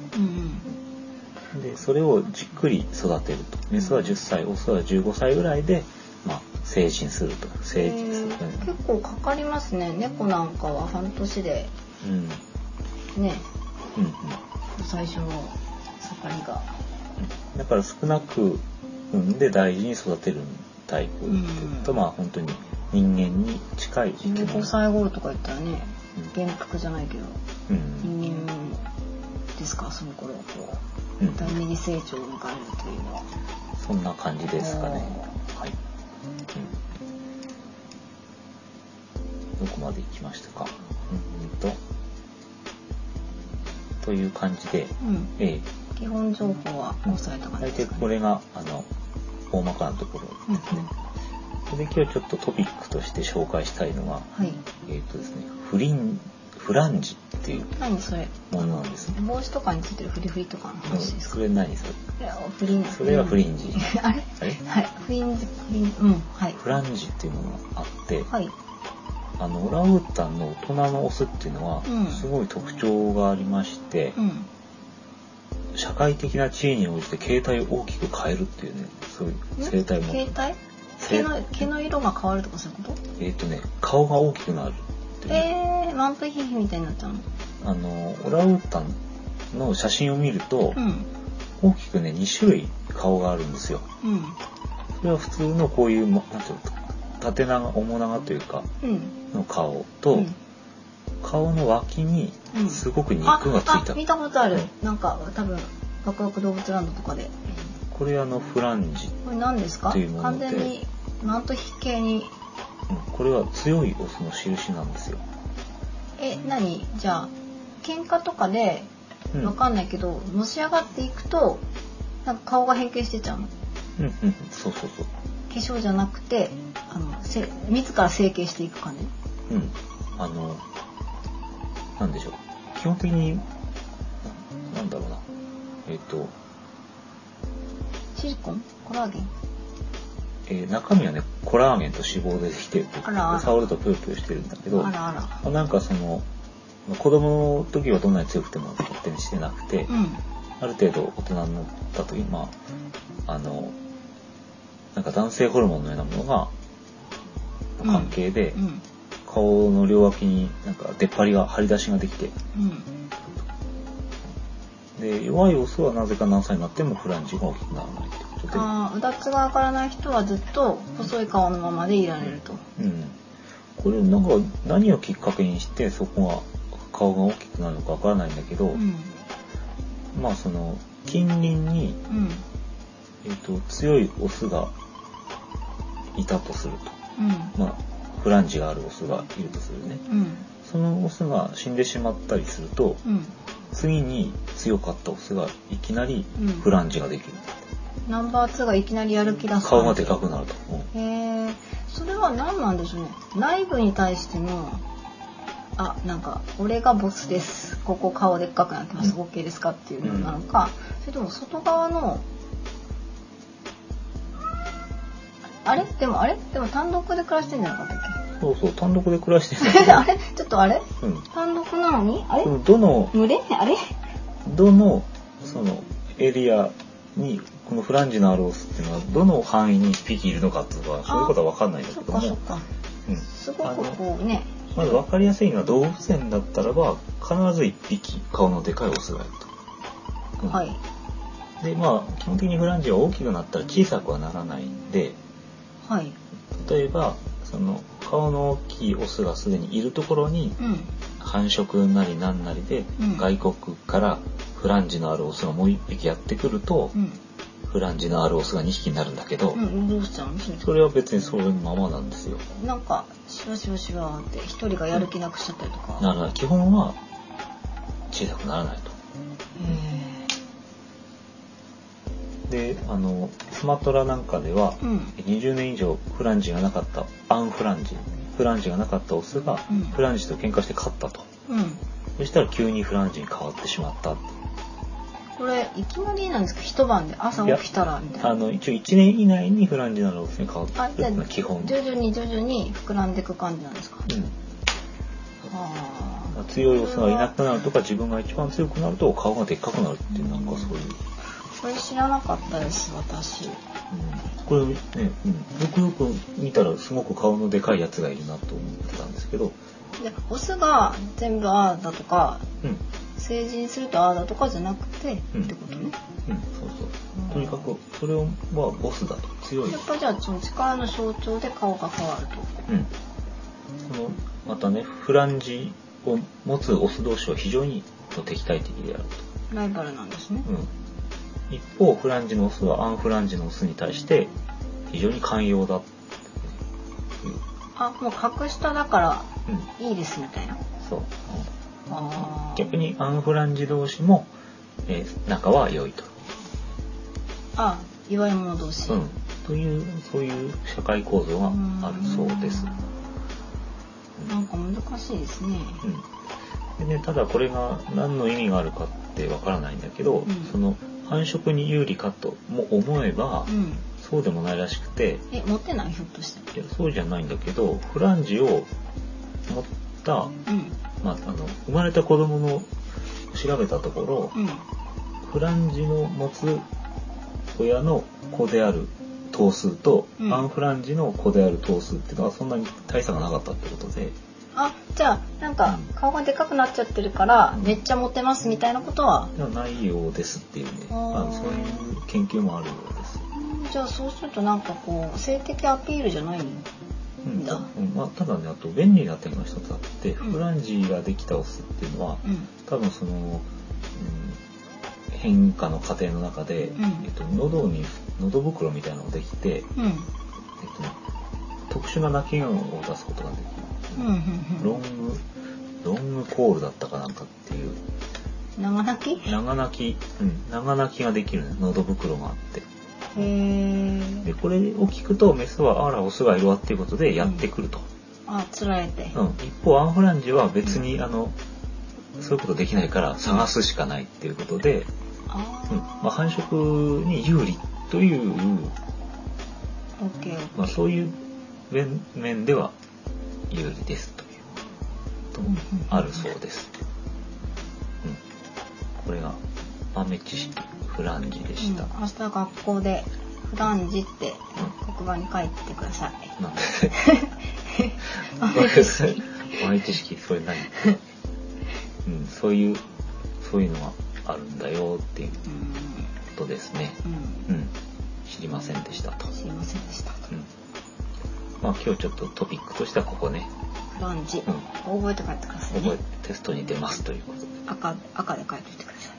[SPEAKER 2] うん
[SPEAKER 1] でそれをじっくり育てるとメスは10歳オスは15歳ぐらいで、まあ、成人すると成人する
[SPEAKER 2] えー結構かかりますね猫なんかは半年で
[SPEAKER 1] うんうん
[SPEAKER 2] ね
[SPEAKER 1] うん
[SPEAKER 2] 最初の盛りが
[SPEAKER 1] だから少なく産んで大事に育てるタイプっていうと、
[SPEAKER 2] うん
[SPEAKER 1] まあ本当に人間に近い生き物
[SPEAKER 2] 15歳頃とか言ったらね
[SPEAKER 1] うん
[SPEAKER 2] 原服じゃないけど
[SPEAKER 1] うん
[SPEAKER 2] 人間ですかその頃こ
[SPEAKER 1] う
[SPEAKER 2] うん第二次成長を迎えるというのは
[SPEAKER 1] そんな感じですかねはい、うん、どこまで行きましたかうんとという感じで、
[SPEAKER 2] うん
[SPEAKER 1] え
[SPEAKER 2] 基本情報は押さえた
[SPEAKER 1] ー、
[SPEAKER 2] 感じ
[SPEAKER 1] 大
[SPEAKER 2] で
[SPEAKER 1] 体
[SPEAKER 2] すか、ね、
[SPEAKER 1] これがあの大まかなところですね、それで今日ちょっとトピックとして紹介したいのが
[SPEAKER 2] はい
[SPEAKER 1] えっ、とですねフリンフランジっていう
[SPEAKER 2] 何それ
[SPEAKER 1] ものなんですね、
[SPEAKER 2] 帽子とかについてるフリフリとかの
[SPEAKER 1] うん、
[SPEAKER 2] 話です
[SPEAKER 1] そ
[SPEAKER 2] か、
[SPEAKER 1] れ何それ
[SPEAKER 2] いやフリン
[SPEAKER 1] それはフリンジ
[SPEAKER 2] あれ
[SPEAKER 1] あれ
[SPEAKER 2] はいフリンジフリンうんはい
[SPEAKER 1] フランジっていうものがあって、
[SPEAKER 2] はい
[SPEAKER 1] あのオランウータンの大人のオスっていうのは
[SPEAKER 2] うん
[SPEAKER 1] すごい特徴がありまして、
[SPEAKER 2] うん
[SPEAKER 1] 社会的な地位に応じて形態を大きく変えるっていうねそういうん生態も
[SPEAKER 2] 形態
[SPEAKER 1] 生
[SPEAKER 2] 毛の毛の色が変わるとかそういうこと
[SPEAKER 1] えっ、とね顔が大きくなるっていうね、
[SPEAKER 2] えー、マントヒヒみたいになっちゃうの
[SPEAKER 1] あのオランウータンの写真を見ると
[SPEAKER 2] う、ん
[SPEAKER 1] 大きくね2種類顔があるんですよ
[SPEAKER 2] うん
[SPEAKER 1] それは普通のこういうまなんていうの縦長面長というか
[SPEAKER 2] うん
[SPEAKER 1] の顔と、
[SPEAKER 2] うん
[SPEAKER 1] 顔の脇に
[SPEAKER 2] うん
[SPEAKER 1] すごく肉
[SPEAKER 2] あ
[SPEAKER 1] がついた、
[SPEAKER 2] あ見たことある、
[SPEAKER 1] う
[SPEAKER 2] なんか多分ワクワク動物ランドとかで
[SPEAKER 1] これあのフランジ
[SPEAKER 2] これ何ですか
[SPEAKER 1] というもの
[SPEAKER 2] 完
[SPEAKER 1] で
[SPEAKER 2] 全にマントヒヒ系に
[SPEAKER 1] うんこれは強いオスの印なんですよ。
[SPEAKER 2] え何じゃあ喧嘩とかで
[SPEAKER 1] うん
[SPEAKER 2] わかんないけど、のし上がっていくとなんか顔が変形してっちゃうの化
[SPEAKER 1] うんうん、そうそうそう。
[SPEAKER 2] 粧じゃなくてあのせ自ら整形していく感じ
[SPEAKER 1] うん、あの、なんでしょう。基本的に、ななんだろうな。えっ、と、
[SPEAKER 2] シリコンコラーゲン
[SPEAKER 1] えー中身はね、コラーゲンと脂肪でできてるという
[SPEAKER 2] あらあら
[SPEAKER 1] 触るとプルプルしてるんだけど、
[SPEAKER 2] あらあら
[SPEAKER 1] なんかその、子供の時はどんなに強くても勝手にしてなくて、
[SPEAKER 2] うん
[SPEAKER 1] ある程度大人になった時に、まあ、あの、なんか男性ホルモンのようなものが、
[SPEAKER 2] うん
[SPEAKER 1] 関係で、
[SPEAKER 2] うん
[SPEAKER 1] 顔の両脇になんか出っ張りが張り出しができて
[SPEAKER 2] うん
[SPEAKER 1] で弱いオスはなぜか何歳になってもフランジが大きくならないってことで、
[SPEAKER 2] ああうだつが上がらない人はずっと細い顔のままでいられると
[SPEAKER 1] うん、これなんか何をきっかけにしてそこが顔が大きくなるのかわからないんだけど、
[SPEAKER 2] うん
[SPEAKER 1] まあその近隣に、
[SPEAKER 2] うん
[SPEAKER 1] えっと強いオスがいたとする
[SPEAKER 2] うん
[SPEAKER 1] と、まあ、フランジがあるオスがいるとするね
[SPEAKER 2] うん
[SPEAKER 1] そのオスが死んでしまったりすると
[SPEAKER 2] うん
[SPEAKER 1] 次に強かったオスがいきなり
[SPEAKER 2] うん
[SPEAKER 1] フランジができる。
[SPEAKER 2] ナンバー2がいきなりやる気出す
[SPEAKER 1] 顔がでかくなると。うん
[SPEAKER 2] へえそれは何なんでしょうね内部に対してのあなんか「俺がボスですここ顔でっかくなってます
[SPEAKER 1] うん
[SPEAKER 2] OK ですか?」っていうのなのか、それとも外側のあれでもあれでも単独で暮らしてんじゃなかったっ
[SPEAKER 1] そうそう、単独で暮らして
[SPEAKER 2] え
[SPEAKER 1] る んだ
[SPEAKER 2] あれちょっとあれ
[SPEAKER 1] けど
[SPEAKER 2] 単独なのにあれ、
[SPEAKER 1] うん。どの、
[SPEAKER 2] 群れあれ
[SPEAKER 1] どの、その、エリアに、このフランジのアロースっていうのは、どの範囲に1匹いるのかっていうのは、そういうことは分かんないんだ
[SPEAKER 2] そ
[SPEAKER 1] け
[SPEAKER 2] っ
[SPEAKER 1] ど
[SPEAKER 2] かそっ
[SPEAKER 1] も、
[SPEAKER 2] か
[SPEAKER 1] うん。
[SPEAKER 2] すごくこうね
[SPEAKER 1] まず分かりやすいのは、動物園だったらば、必ず1匹顔のでかいオスがいると。うん
[SPEAKER 2] はい
[SPEAKER 1] で、まあ、基本的にフランジは大きくなったら小さくはならないんで、
[SPEAKER 2] はい
[SPEAKER 1] 例えば、その、顔の大きいオスがすでにいるところに、
[SPEAKER 2] うん
[SPEAKER 1] 繁殖なりなんなりで、
[SPEAKER 2] うん
[SPEAKER 1] 外国からフランジのあるオスがもう1匹やってくると、
[SPEAKER 2] うん
[SPEAKER 1] フランジのあるオスが2匹になるんだけど、
[SPEAKER 2] うんどうしたの
[SPEAKER 1] それは別にそのままなんですよ。
[SPEAKER 2] なんかしわしわしわって一人がやる気なくしちゃったりとか
[SPEAKER 1] なら基本は小さくならないと。
[SPEAKER 2] へ
[SPEAKER 1] で、あの、スマトラなんかでは
[SPEAKER 2] ー、うん
[SPEAKER 1] 20年以上フランジがなかった、アンフランジ、フランジがなかったオスが
[SPEAKER 2] うん、
[SPEAKER 1] フランジと喧嘩して勝ったと。
[SPEAKER 2] うん
[SPEAKER 1] そしたら急にフランジに変わってしまった。
[SPEAKER 2] これいきなりなんですか一晩で朝起きたらみたいな
[SPEAKER 1] あの、一応1年以内にフランジのあるオスに変わって
[SPEAKER 2] あ
[SPEAKER 1] く
[SPEAKER 2] じ
[SPEAKER 1] る
[SPEAKER 2] ゃ
[SPEAKER 1] っていうの
[SPEAKER 2] あ
[SPEAKER 1] は基本。
[SPEAKER 2] 徐々に徐々に膨らんでいく感じなんですか、
[SPEAKER 1] うん
[SPEAKER 2] あー
[SPEAKER 1] 強いオスがいなくなるとか自分が一番強くなると顔がでっかくなるっていうなんかそういう、
[SPEAKER 2] それ知らなかったです私
[SPEAKER 1] うんこれね、うん、よくよく見たらすごく顔のでかいやつがいるなと思ってたんですけど、
[SPEAKER 2] でオスが全部ああだとか
[SPEAKER 1] うんうん、
[SPEAKER 2] 成人するとああだとかじゃなくて、
[SPEAKER 1] うん
[SPEAKER 2] ってことね
[SPEAKER 1] そうそうとにかくそれはボスだと強い
[SPEAKER 2] やっぱじゃあその力の象徴で顔が変わると
[SPEAKER 1] うん、そのまたねフランジを持つオス同士は非常に敵対的であると、
[SPEAKER 2] ライバルなんですね、
[SPEAKER 1] うん、一方フランジのオスはアンフランジのオスに対して非常に寛容だっていう
[SPEAKER 2] あもう格下だから
[SPEAKER 1] うん
[SPEAKER 2] いいですみたいな
[SPEAKER 1] そう。
[SPEAKER 2] あー
[SPEAKER 1] 逆にアンフランジ同士も、えー仲は良いと。
[SPEAKER 2] あ弱い者同士、
[SPEAKER 1] うん。という、そういう社会構造があるそうです。
[SPEAKER 2] うんなんか難しいですね
[SPEAKER 1] うん。でね、ただこれが何の意味があるかってわからないんだけど、
[SPEAKER 2] うん
[SPEAKER 1] その繁殖に有利かとも思えば
[SPEAKER 2] う、ん
[SPEAKER 1] そうでもないらしくて、
[SPEAKER 2] え持ってないひょっとして
[SPEAKER 1] いやそうじゃないんだけど、フランジを持った、
[SPEAKER 2] うん
[SPEAKER 1] まあ、あの、生まれた子供の調べたところ、
[SPEAKER 2] うん
[SPEAKER 1] フランジの持つ親の子である頭数と、
[SPEAKER 2] うん
[SPEAKER 1] アンフランジの子である頭数っていうのはそんなに大差がなかったってことで、
[SPEAKER 2] あじゃあなんか顔がでかくなっちゃってるからめっちゃモテますみたいなことは
[SPEAKER 1] ではないようですっていうね、
[SPEAKER 2] あー
[SPEAKER 1] まあ、そういう研究もあるようです。
[SPEAKER 2] じゃあそうするとなんかこう性的アピールじゃない
[SPEAKER 1] うん
[SPEAKER 2] だ
[SPEAKER 1] うんまあ、ただね、あと便利な点が一つあって、
[SPEAKER 2] うん
[SPEAKER 1] フランジができたオスっていうのは、
[SPEAKER 2] うん
[SPEAKER 1] 多分その、うん変化の過程の中で、
[SPEAKER 2] うん
[SPEAKER 1] えっと、喉に、喉袋みたいなのができて、えっ
[SPEAKER 2] うん
[SPEAKER 1] とね、特殊な鳴き声を出すことができる。
[SPEAKER 2] うんうん
[SPEAKER 1] ロング、ロングコールだったかなんかっていう、
[SPEAKER 2] うん長泣きへ
[SPEAKER 1] 長泣き、うん、長泣きができるね喉袋があって。
[SPEAKER 2] え
[SPEAKER 1] で、これを聞くと、メスは、あら、オスがいるわっていうことでやってくると。
[SPEAKER 2] あつられて
[SPEAKER 1] うん。一方、アンフランジは別に、あの、そういうことできないから探すしかないっていうことで、
[SPEAKER 2] あ
[SPEAKER 1] うん。まあ、繁
[SPEAKER 2] オ
[SPEAKER 1] 殖に有利という、
[SPEAKER 2] ッケー
[SPEAKER 1] まあ、そういう面面では有利ですということもあるそうです。うん、これが豆知識フランジでした。
[SPEAKER 2] うん明日学校で普段時って黒板に書いてください
[SPEAKER 1] なんで
[SPEAKER 2] 豆
[SPEAKER 1] 豆
[SPEAKER 2] 知
[SPEAKER 1] 知
[SPEAKER 2] 識
[SPEAKER 1] 識豆知識それ何、うん、そういうそういうのがあるんだよっていう
[SPEAKER 2] うん
[SPEAKER 1] ことですね。
[SPEAKER 2] うん
[SPEAKER 1] うん、知りませんでしたと。
[SPEAKER 2] すいませんでした
[SPEAKER 1] うんまあ今日ちょっとトピックとしてはここね、
[SPEAKER 2] フランジ
[SPEAKER 1] うん
[SPEAKER 2] 覚えて帰ってください
[SPEAKER 1] 覚
[SPEAKER 2] ね
[SPEAKER 1] えテストに出ますということで。
[SPEAKER 2] 赤赤で書いておいてください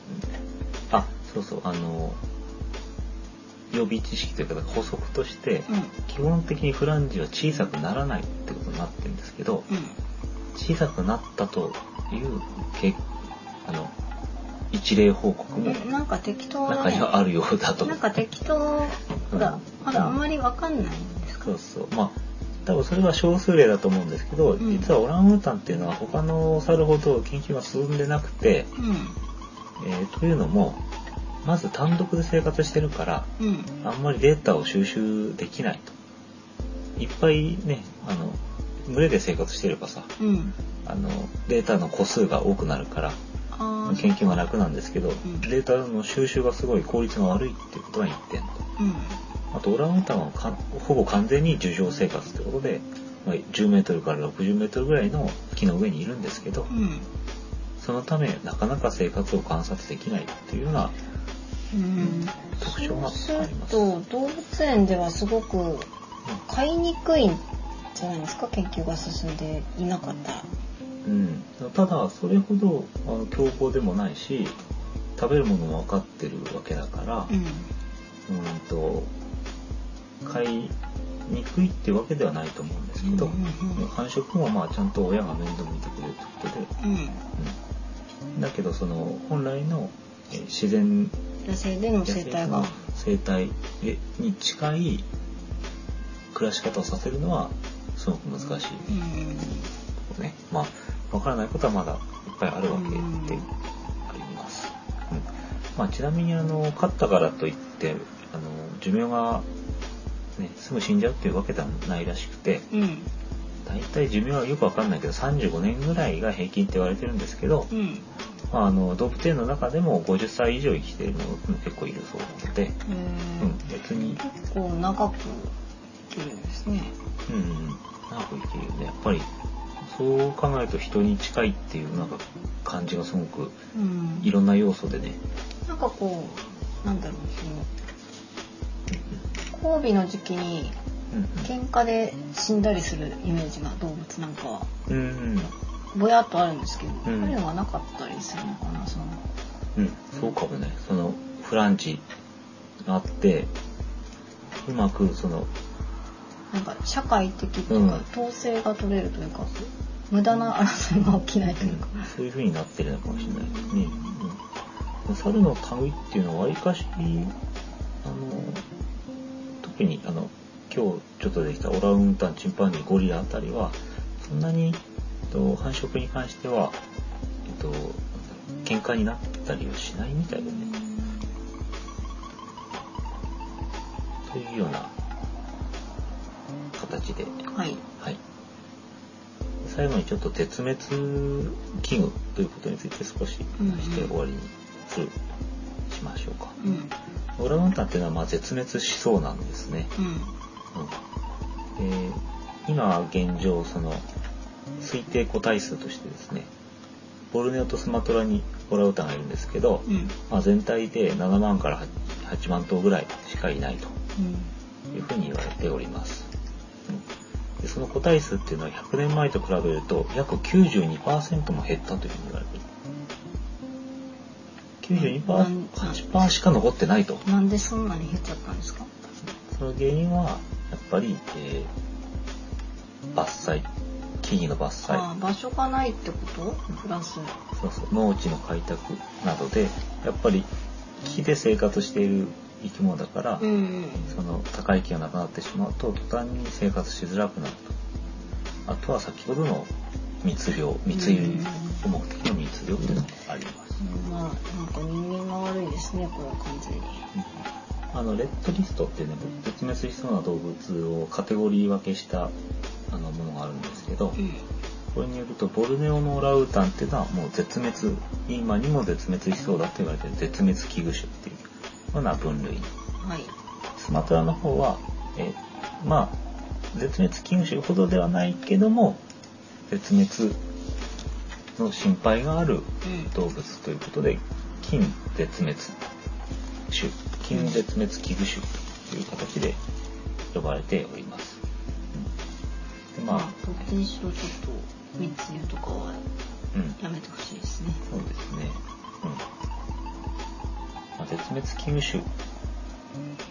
[SPEAKER 1] あそうそうあの予備知識というか補足として、
[SPEAKER 2] うん
[SPEAKER 1] 基本的にフランジは小さくならないってことになってるんですけど
[SPEAKER 2] うん
[SPEAKER 1] 小さくなったというけあの一例報告も
[SPEAKER 2] えなんか適当だ
[SPEAKER 1] 中
[SPEAKER 2] ね
[SPEAKER 1] にはあるようだと
[SPEAKER 2] なんか適当だまだあんまりわかんないんですか
[SPEAKER 1] そうそうまあ多分それは少数例だと思うんですけど、
[SPEAKER 2] ん
[SPEAKER 1] 実はオランウータンっていうのは他の猿ほど研究が進んでなくて、
[SPEAKER 2] う
[SPEAKER 1] えーというのもまず単独で生活してるから
[SPEAKER 2] んうん
[SPEAKER 1] あんまりデータを収集できないと。いっぱいね、あの、群れで生活してればさ
[SPEAKER 2] うん
[SPEAKER 1] あのデータの個数が多くなるから
[SPEAKER 2] あー
[SPEAKER 1] 研究は楽なんですけど、
[SPEAKER 2] ん
[SPEAKER 1] データの収集がすごい効率が悪いっていうことが1点と
[SPEAKER 2] うん
[SPEAKER 1] あとオランウータンはかほぼ完全に樹上生活ってことで、まあ、10メートルから60メートルぐらいの木の上にいるんですけど、
[SPEAKER 2] うん
[SPEAKER 1] そのためなかなか生活を観察できないっていうような
[SPEAKER 2] うん
[SPEAKER 1] 特徴があります
[SPEAKER 3] そうすると動物園ではすごく飼いにくいんじゃないですか研究が進んでいなかった。
[SPEAKER 1] うん、ただそれほどあの凶暴でもないし食べるものも分かってるわけだから、
[SPEAKER 2] うん
[SPEAKER 1] うん、と飼いにくいってわけではないと思うんですけど、
[SPEAKER 2] うんうんうん
[SPEAKER 1] 繁殖もまあちゃんと親が面倒見てくれるってことで、
[SPEAKER 2] うん
[SPEAKER 1] うん、だけどその本来のえー自然
[SPEAKER 3] 野生での生態が。
[SPEAKER 1] 生態でに近い暮らし方をさせるのはすごく難しい
[SPEAKER 2] うん
[SPEAKER 1] ね、まあ、わからないことはまだいっぱいあるわけであ
[SPEAKER 2] うん
[SPEAKER 1] ります。うんまあ、ちなみに、あの、勝ったからといって、あの、寿命が、ね、すぐ死んじゃうっていうわけではないらしくて、
[SPEAKER 2] うん
[SPEAKER 1] 大体寿命はよくわかんないけど、35年ぐらいが平均って言われてるんですけど
[SPEAKER 2] う、ん
[SPEAKER 1] まあ、あの、動物園の中でも50歳以上生きてるのも結構いるそうなので、
[SPEAKER 2] う
[SPEAKER 1] うん
[SPEAKER 2] ん、
[SPEAKER 1] 別に、
[SPEAKER 2] 結構長く生きるんですね
[SPEAKER 1] うんうん、長く生きるよね。やっぱり、そう考えると人に近いっていう、なんか、感じがすごく、
[SPEAKER 2] うん
[SPEAKER 1] いろんな要素でね、
[SPEAKER 2] なんかこうなんだろうその交尾の時期に喧嘩で死んだりするイメージが動物なんかは
[SPEAKER 1] うんうん、
[SPEAKER 2] ぼやっとあるんですけど、
[SPEAKER 1] うん
[SPEAKER 2] 彼はなかったりするのかなその
[SPEAKER 1] うん、そうかもねそのフランチがあってうまくその
[SPEAKER 2] なんか社会的っていうか、
[SPEAKER 1] うん
[SPEAKER 2] 統制が取れるというか無駄な争いが起きないというか、
[SPEAKER 1] そういう風になってるのかもしれないね、うん、猿の類っていうのはわりかしあの特にあの今日ちょっとできたオランウータンチンパンジーゴリラあたりはそんなに、えっと、繁殖に関しては、えっと、なんだろう喧嘩になったりはしないみたいだね。というような形で、
[SPEAKER 2] はい
[SPEAKER 1] はい。最後にちょっと絶滅危惧ということについて少し話して終わりにする、しましょうか。
[SPEAKER 2] うん
[SPEAKER 1] オランウータンっていうのはまあ絶滅しそうなんですね。
[SPEAKER 2] うん
[SPEAKER 1] うんえー今現状その推定個体数としてですねボルネオとスマトラにオランウータンがいるんですけど、
[SPEAKER 2] うん
[SPEAKER 1] まあ、全体で7万から8万頭ぐらいしかいないと
[SPEAKER 2] うん
[SPEAKER 1] いうふうに言われております、うんでその個体数っていうのは100年前と比べると約92%も減ったというふうに言われている92%、8%しか残ってないと。
[SPEAKER 2] なんでそんなに減っちゃったんですか
[SPEAKER 1] その原因はやっぱり、えー伐採木々の伐
[SPEAKER 2] あ
[SPEAKER 1] 採
[SPEAKER 2] ー場所がないってことプラス
[SPEAKER 1] そうそう農地の開拓などでやっぱり木で生活している生き物だから、
[SPEAKER 2] うんうん
[SPEAKER 1] その高い木がなくなってしまうと途端に生活しづらくなるとあとは先ほどの密漁密輸
[SPEAKER 2] うん
[SPEAKER 1] を目的の密漁っていうのもあります、
[SPEAKER 2] まあなんか人間が悪いですねこれは完全に
[SPEAKER 1] あのレッドリストっていうね絶滅しそうな動物をカテゴリー分けしたあのものがあるんですけど、これによるとボルネオのオランウータンっていうのはもう絶滅今にも絶滅しそうだと言われてる絶滅危惧種っていうような分類
[SPEAKER 2] うんはい
[SPEAKER 1] スマトラの方はえまあ絶滅危惧種ほどではないけども絶滅の心配がある
[SPEAKER 2] うん
[SPEAKER 1] 動物ということで近絶滅種近絶滅危惧種という形で呼ばれております。うんでま
[SPEAKER 2] ま
[SPEAKER 1] あ、
[SPEAKER 2] あどっちにしろちょっと密輸とかは
[SPEAKER 1] うん、
[SPEAKER 2] やめてほしいですね。
[SPEAKER 1] そうですね。うん。まあ、絶滅危惧種。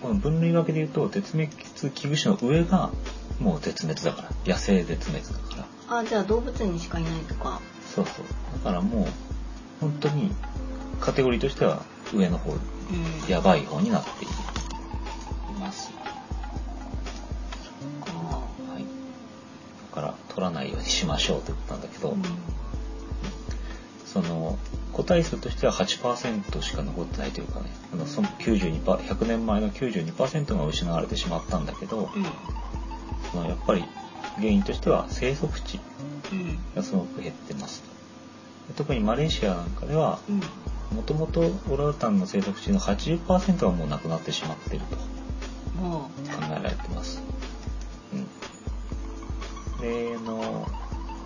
[SPEAKER 1] この分類分けで言うと、絶滅危惧種の上が、もう絶滅だから。野生絶滅だから。
[SPEAKER 2] あじゃあ動物園にしかいないとか。
[SPEAKER 1] そうそう。だからもう、本当に、カテゴリーとしては上の方、
[SPEAKER 2] うん。
[SPEAKER 1] やばい方になっています。
[SPEAKER 2] か。
[SPEAKER 1] はい。だから、取らないようにしましょうということなんだけど、
[SPEAKER 2] うん。
[SPEAKER 1] その個体数としては8%しか残ってないというかねあのその92パー100年前の92%が失われてしまったんだけど
[SPEAKER 2] うん。
[SPEAKER 1] そのやっぱり原因としては生息地
[SPEAKER 2] うん
[SPEAKER 1] がすごく減ってます特にマレーシアなんかでは
[SPEAKER 2] うん
[SPEAKER 1] もともとオランウータンの生息地の80%はもうなくなってしまっていると
[SPEAKER 2] も
[SPEAKER 1] 考えられてます、うん、であの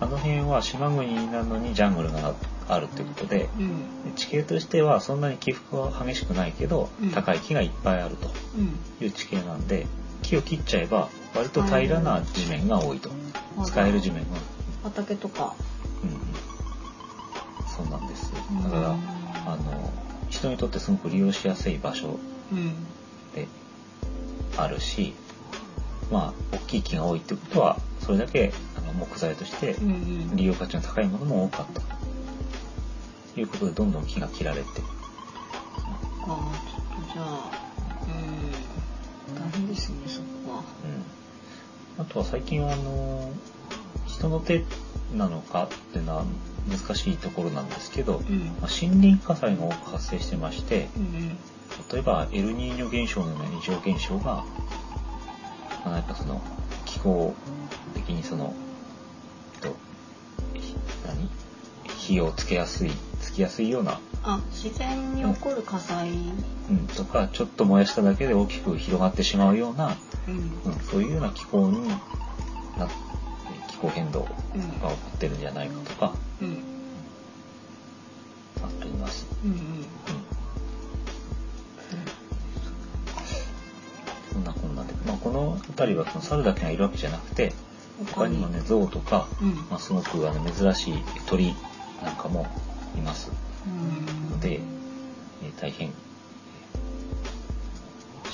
[SPEAKER 1] あの辺は島国なのにジャングルがあるということで
[SPEAKER 2] ううん
[SPEAKER 1] 地形としてはそんなに起伏は激しくないけど、
[SPEAKER 2] うん
[SPEAKER 1] 高い木がいっぱいあると
[SPEAKER 2] うん
[SPEAKER 1] いう地形なんで木を切っちゃえば割と平らな地面が多いと
[SPEAKER 2] うん
[SPEAKER 1] 使える地面が、
[SPEAKER 2] 畑とか
[SPEAKER 1] うんうん、そうなんですだからあの人にとってすごく利用しやすい場所
[SPEAKER 2] うん
[SPEAKER 1] であるしまあ大きい木が多いってことはそれだけあの木材として
[SPEAKER 2] うんうん
[SPEAKER 1] 利用価値の高いものも多かったということでどんどん木が切られて
[SPEAKER 2] あちょっとじゃあうん大変ですねそこは
[SPEAKER 1] うん、あとは最近はあの人の手なのかっていうのは難しいところなんですけど、
[SPEAKER 2] うん
[SPEAKER 1] まあ森林火災が多く発生してまして
[SPEAKER 2] うん
[SPEAKER 1] 例えばエルニーニョ現象のような異常現象が、まあ、なんかその気候的にそのえっとひ何火をつけやすいつきやすいような、
[SPEAKER 2] あ自然に起こる火災
[SPEAKER 1] うん、とかちょっと燃やしただけで大きく広がってしまうような
[SPEAKER 2] うん
[SPEAKER 1] うん、そういうような気候になって気候変動が
[SPEAKER 2] うん
[SPEAKER 1] 起こってるんじゃないかとか
[SPEAKER 2] うん
[SPEAKER 1] あります。
[SPEAKER 2] うんうん
[SPEAKER 1] そんなこんなで、まあ、この辺りはその猿だけがいるわけじゃなくて他にもね象とか、
[SPEAKER 2] うん
[SPEAKER 1] まあ、すごくあの珍しい鳥なんかもいます
[SPEAKER 2] うん
[SPEAKER 1] ので、えー大変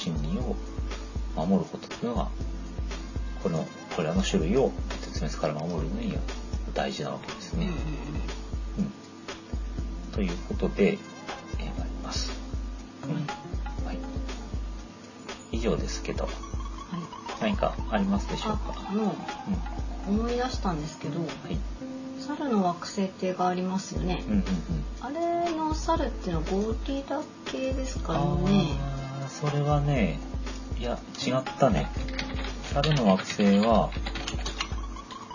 [SPEAKER 1] 森林を守ることっていうのがこのこれらの種類を絶滅から守るのには大事なわけです
[SPEAKER 2] うん
[SPEAKER 1] ね。
[SPEAKER 2] うん
[SPEAKER 1] うんということで、えー、なります。はい。以上ですけど、
[SPEAKER 2] はい
[SPEAKER 1] 何かありますでしょう
[SPEAKER 2] あ
[SPEAKER 1] か。
[SPEAKER 2] あの
[SPEAKER 1] うん。
[SPEAKER 2] 思い出したんですけど
[SPEAKER 1] はい。
[SPEAKER 2] 猿の惑星ってがありますよね
[SPEAKER 1] うんうんうん。
[SPEAKER 2] あれの猿ってのはゴリラ系ですかね
[SPEAKER 1] あーそれはね、いや、違ったね。猿の惑星は、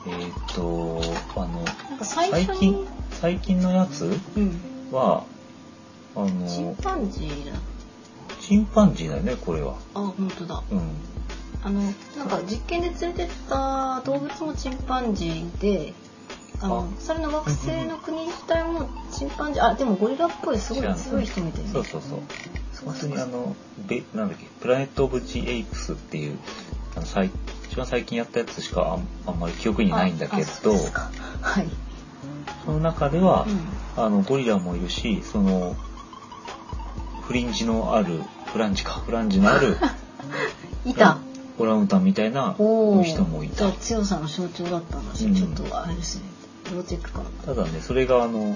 [SPEAKER 1] えーっ、と、あの、
[SPEAKER 2] なんか最
[SPEAKER 1] 最
[SPEAKER 2] 初
[SPEAKER 1] 近
[SPEAKER 2] に、
[SPEAKER 1] 最近のやつ
[SPEAKER 2] うん
[SPEAKER 1] は、あ
[SPEAKER 2] チン
[SPEAKER 1] の、
[SPEAKER 2] パンジーだ
[SPEAKER 1] チンパンジーだよね、これは。
[SPEAKER 2] あ本当だ
[SPEAKER 1] うん。
[SPEAKER 2] あのなんか実験で連れてった動物もチンパンジーであの
[SPEAKER 1] あ
[SPEAKER 2] 猿の惑星の国自体もチンパンジーあでもゴリラっぽいすごい強い人みたいな
[SPEAKER 1] そうそうそう。本当にあの、べ、なんだっけ、プラネット・オブ・ジ・エイプスっていう、あの、最、一番最近やったやつしかあんあんまり記憶にないんだけ
[SPEAKER 2] ああ
[SPEAKER 1] ど、
[SPEAKER 2] そうです
[SPEAKER 1] そ
[SPEAKER 2] かはい、
[SPEAKER 1] の中では、
[SPEAKER 2] う
[SPEAKER 1] あの、ゴリラもいるし、その、フリンジのある、フランジか、フランジのあ る、
[SPEAKER 2] ん、いた、
[SPEAKER 1] オランウータンみたいな
[SPEAKER 2] おお
[SPEAKER 1] 人もい
[SPEAKER 2] じゃ
[SPEAKER 1] た
[SPEAKER 2] あ。強さの象徴だったんだし、
[SPEAKER 1] うん
[SPEAKER 2] ちょっとあれですね要チェックかな
[SPEAKER 1] ただね、それがあの、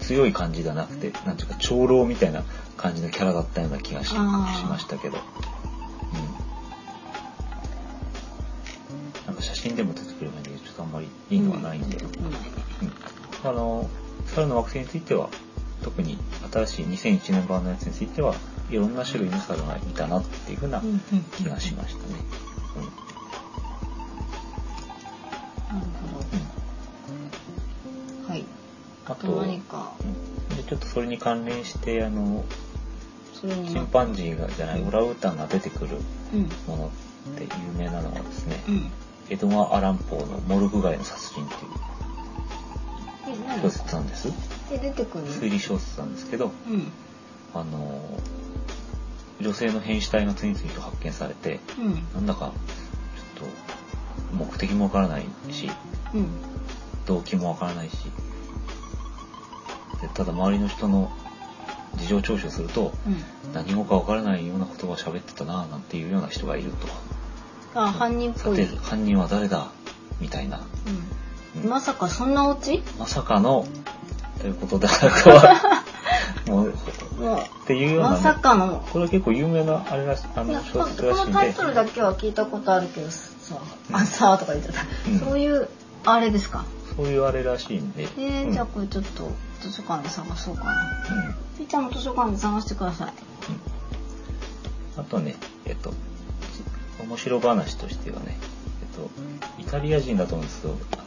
[SPEAKER 1] 強い感じじゃなくて、なんていうか、長老みたいな感じのキャラだったような気がしし
[SPEAKER 2] あー
[SPEAKER 1] ましたけど。うん。なんか写真でも出てくるまで、ちょっとあんまりいいのはないんで。
[SPEAKER 2] う
[SPEAKER 1] うん。
[SPEAKER 2] んないね
[SPEAKER 1] あの、猿の惑星については、特に新しい2001年版のやつについては、いろんな種類の猿がいたなっていうふうな
[SPEAKER 2] うんうんうん
[SPEAKER 1] 気がしましたね。うん。
[SPEAKER 2] なるほ
[SPEAKER 1] うん。
[SPEAKER 2] どはい
[SPEAKER 1] あ
[SPEAKER 2] あ
[SPEAKER 1] と、
[SPEAKER 2] と何か
[SPEAKER 1] うんでちょっとそれに関連して、あの、
[SPEAKER 2] それに
[SPEAKER 1] チンパンジーがじゃないオランウータンが出てくる
[SPEAKER 2] うん
[SPEAKER 1] ものって有名なのがですね、
[SPEAKER 2] うん
[SPEAKER 1] エドガー・アランポーの「モルグ街の殺人」っていう
[SPEAKER 2] え何
[SPEAKER 1] 小説なんです
[SPEAKER 2] え出てくる
[SPEAKER 1] 推理小説なんですけど
[SPEAKER 2] うん
[SPEAKER 1] あのー女性の変死体が次々と発見されて
[SPEAKER 2] うん
[SPEAKER 1] なんだかちょっと目的もわからないし
[SPEAKER 2] うん
[SPEAKER 1] 動機もわからないしでただ周りの人の事情聴取をすると
[SPEAKER 2] うん
[SPEAKER 1] 何語かわからないような言葉を喋ってたななんていうような人がいると。
[SPEAKER 2] あ犯人っ
[SPEAKER 1] さ
[SPEAKER 2] ぽ
[SPEAKER 1] て
[SPEAKER 2] い、
[SPEAKER 1] 犯人は誰だみたいな。
[SPEAKER 2] うん、まさかそんなオチ
[SPEAKER 1] まさかの、という ことで、荒川は、もう、っ
[SPEAKER 2] も
[SPEAKER 1] ていう
[SPEAKER 2] う
[SPEAKER 1] ような、
[SPEAKER 2] ま
[SPEAKER 1] ね
[SPEAKER 2] さかの
[SPEAKER 1] これは結構有名な、あれらし、あ
[SPEAKER 2] な
[SPEAKER 1] の、
[SPEAKER 2] んか
[SPEAKER 1] 小
[SPEAKER 2] こ
[SPEAKER 1] 説らしい
[SPEAKER 2] の
[SPEAKER 1] ん
[SPEAKER 2] タイ
[SPEAKER 1] で
[SPEAKER 2] ト、ルだけは聞いたことあるけどさ
[SPEAKER 1] うん
[SPEAKER 2] あさあとか言っちゃった、
[SPEAKER 1] うん
[SPEAKER 2] そういうあれですか
[SPEAKER 1] そういうあれらしいんで、
[SPEAKER 2] え
[SPEAKER 1] う
[SPEAKER 2] ー、
[SPEAKER 1] ん
[SPEAKER 2] じゃあこれちょっと図書館で探そうかな
[SPEAKER 1] うんうん
[SPEAKER 2] ピーちゃんも図書館で探してください
[SPEAKER 1] あとね、えっと、面白話としてはね、えっと、イタリア人だと思うんですけどあの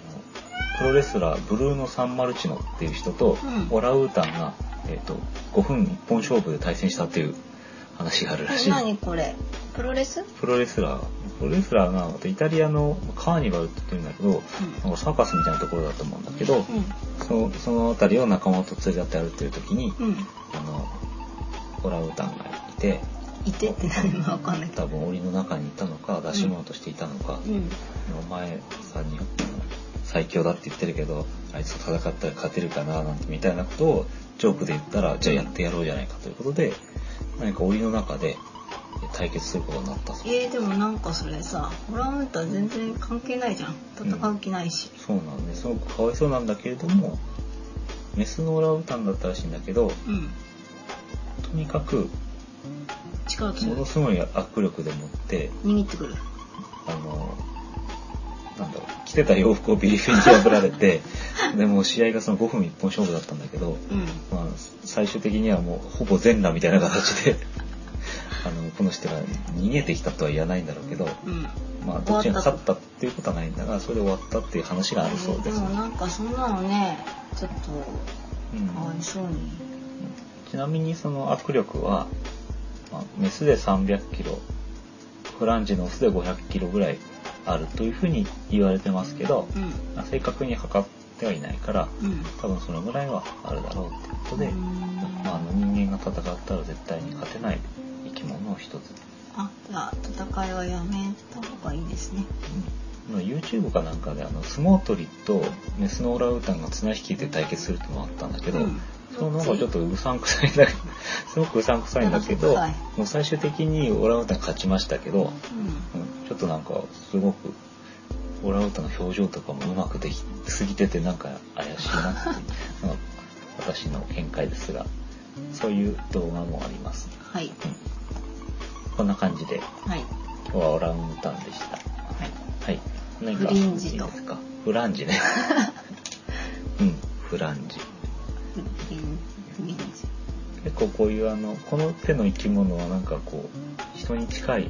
[SPEAKER 1] プロレスラーブルーノ・サンマルチノっていう人と、
[SPEAKER 2] うん
[SPEAKER 1] オランウータンが、えー、と5分1本勝負で対戦したっていう話があるらしいです
[SPEAKER 3] 何これプロレス
[SPEAKER 1] プロレスラープロレスラーがまたイタリアのカーニバルって言ってるんだけどなんかサーカスみたいなところだと思うんだけど、そのその辺りを仲間と連れ合って歩いてる時に、
[SPEAKER 2] うん。うん。
[SPEAKER 1] あのオランウータンがいて
[SPEAKER 2] いてって何もわかんないけど。
[SPEAKER 1] 多分檻の中にいたのか出し物としていたのか、
[SPEAKER 2] うん。
[SPEAKER 1] お前さんに最強だって言ってるけどあいつと戦ったら勝てるかななんてみたいなことをジョークで言ったらじゃあやってやろうじゃないかということで何か檻の中で対決することになったそう
[SPEAKER 2] えー、でもなんかそれさ、オランウータン全然関係ないじゃん。戦う気ないし。
[SPEAKER 1] そうなんですごくかわいそうなんだけれどもメスのオランウータンだったらしいんだけど
[SPEAKER 2] うん。
[SPEAKER 1] とにかく
[SPEAKER 2] 力
[SPEAKER 1] も
[SPEAKER 2] 強
[SPEAKER 1] の
[SPEAKER 2] い。
[SPEAKER 1] すごい握力でもって
[SPEAKER 2] 握ってくる。
[SPEAKER 1] あの、なんだろう、着てた洋服をビリビリに破られて、でもう試合がその5分一本勝負だったんだけど、
[SPEAKER 2] うん。
[SPEAKER 1] まあ、最終的にはもうほぼ全裸みたいな形で、 あの、この人が逃げてきたとは言わないんだろうけど、
[SPEAKER 2] うん。
[SPEAKER 1] まあ、どっちが勝ったっていうことはないんだが、それで終わったっていう話があるそうです。
[SPEAKER 2] もなんかそんなのね、ちょっ
[SPEAKER 1] うん
[SPEAKER 2] とかわいそうに。
[SPEAKER 1] ちなみにその握力は、まあ、メスで300キロ、フランジのオスで500キロぐらいあるというふうに言われてますけど、
[SPEAKER 2] うん。
[SPEAKER 1] まあ正確に測ってはいないから
[SPEAKER 2] うん。
[SPEAKER 1] 多分そのぐらいはあるだろうってことで、
[SPEAKER 2] うん
[SPEAKER 1] まあ、あの人間が戦ったら絶対に勝てない生き物の一つ、
[SPEAKER 2] あ、じゃあ戦いはやめた方がいいですね。
[SPEAKER 1] まあ YouTube かなんかであの相撲取りとメスのオランウータンが綱引きで対決するってのもあったんだけど、
[SPEAKER 2] うん
[SPEAKER 1] そのなんかちょっとうさんくさいんだ けどすごくうさんくさいんだけ
[SPEAKER 2] う
[SPEAKER 1] ど
[SPEAKER 2] さんくさ
[SPEAKER 1] もう最終的にオランウータン勝ちましたけど、
[SPEAKER 2] う
[SPEAKER 1] うんちょっとなんかすごくオランウータンの表情とかもうまくできすぎててなんか怪しいなって いうまあ私の見解ですがそういう動画もあります、
[SPEAKER 2] ん。はい。
[SPEAKER 1] こんな感じで
[SPEAKER 2] はい。
[SPEAKER 1] 今日はオランウータンでした
[SPEAKER 2] はい。
[SPEAKER 1] はい何か
[SPEAKER 2] フリンジと
[SPEAKER 1] いいですかフランジ ねうんフランジ
[SPEAKER 2] フリン、フリンジ。
[SPEAKER 1] 結構こういうあのこの手の生き物はなんかこう人に近い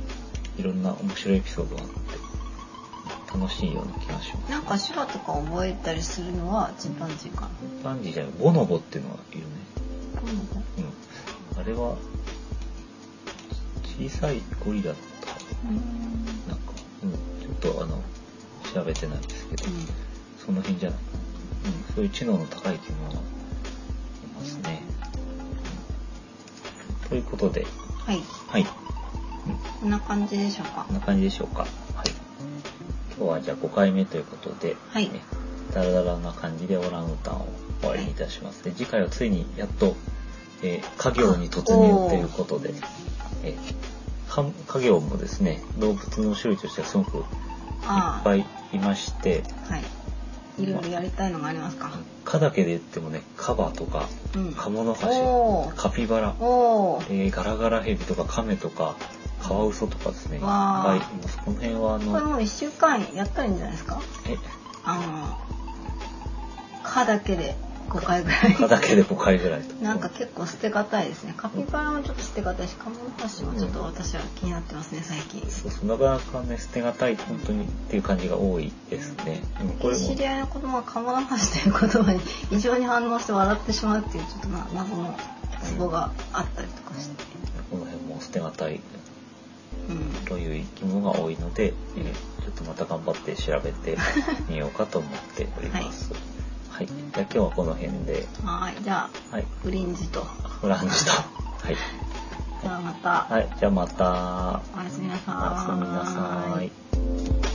[SPEAKER 1] いろんな面白いエピソードがあって楽しいような気がします
[SPEAKER 2] なんか手話とか覚えたりするのはチンパンジーかな。
[SPEAKER 1] バンジーじゃないボノボっていうのがいるね、うん、あれは小さいゴリラだったか
[SPEAKER 2] うん。うん
[SPEAKER 1] ななんか、うん、ちょっとあの調べてないんですけど、その辺じゃないかな、うん、そういう知能の高い生き物がいますね、うんということで
[SPEAKER 2] はい。
[SPEAKER 1] はい、うん、
[SPEAKER 2] こんな感じでしょうか
[SPEAKER 1] こん。な感じでしょうかはい今日はじゃあ5回目ということで、
[SPEAKER 2] はい
[SPEAKER 1] ねダラダラな感じでオランウータンを終わりにいたしますで次回はついにやっと、えー家業に突入ということで、えーか家業もですね動物の種類としてはすごくいっ
[SPEAKER 2] ああ。
[SPEAKER 1] ぱいいまして
[SPEAKER 2] はい。いろいろやりたいのがありますか。
[SPEAKER 1] 蚊だけで言ってもねカバとか
[SPEAKER 2] うん。
[SPEAKER 1] カモノハシ
[SPEAKER 2] おー
[SPEAKER 1] カピバラ、
[SPEAKER 2] おー
[SPEAKER 1] えーガラガラヘビとかカメとかカワウソとかですねいっ
[SPEAKER 2] わ
[SPEAKER 1] ぱ
[SPEAKER 2] あ
[SPEAKER 1] いいますこの辺はあ
[SPEAKER 2] これ
[SPEAKER 1] の
[SPEAKER 2] もう一週間やったらいいんじゃないですか。
[SPEAKER 1] え
[SPEAKER 2] あの。蚊だけで五回ぐらい。
[SPEAKER 1] 蚊だけで5回ぐらいと
[SPEAKER 2] なんか結構捨てがたいですね。カピバラもちょっと捨てがたいし、カモノハシもちょっと私は気になってますね、最近。
[SPEAKER 1] そうそうなかなかね捨てがたい本当にっていう感じが多いですねでもこれも
[SPEAKER 2] 知り合いの子供がカモノハシという言葉に 異常に反応して笑ってしまうっていうちょっとな謎のツボがあったりとかして、
[SPEAKER 1] この辺も捨てがたい
[SPEAKER 2] うん、
[SPEAKER 1] という生き物が多いので、えーちょっとまた頑張って調べてみようかと思っております。はい、じゃあ今日はこの辺で、
[SPEAKER 2] はいじゃあ
[SPEAKER 1] はい、
[SPEAKER 2] フリンジと
[SPEAKER 1] フランスと、はい、
[SPEAKER 2] じゃあまた
[SPEAKER 1] はい、じゃあまた、
[SPEAKER 2] おやすみなさ
[SPEAKER 1] おやすみな
[SPEAKER 2] ー
[SPEAKER 1] さい。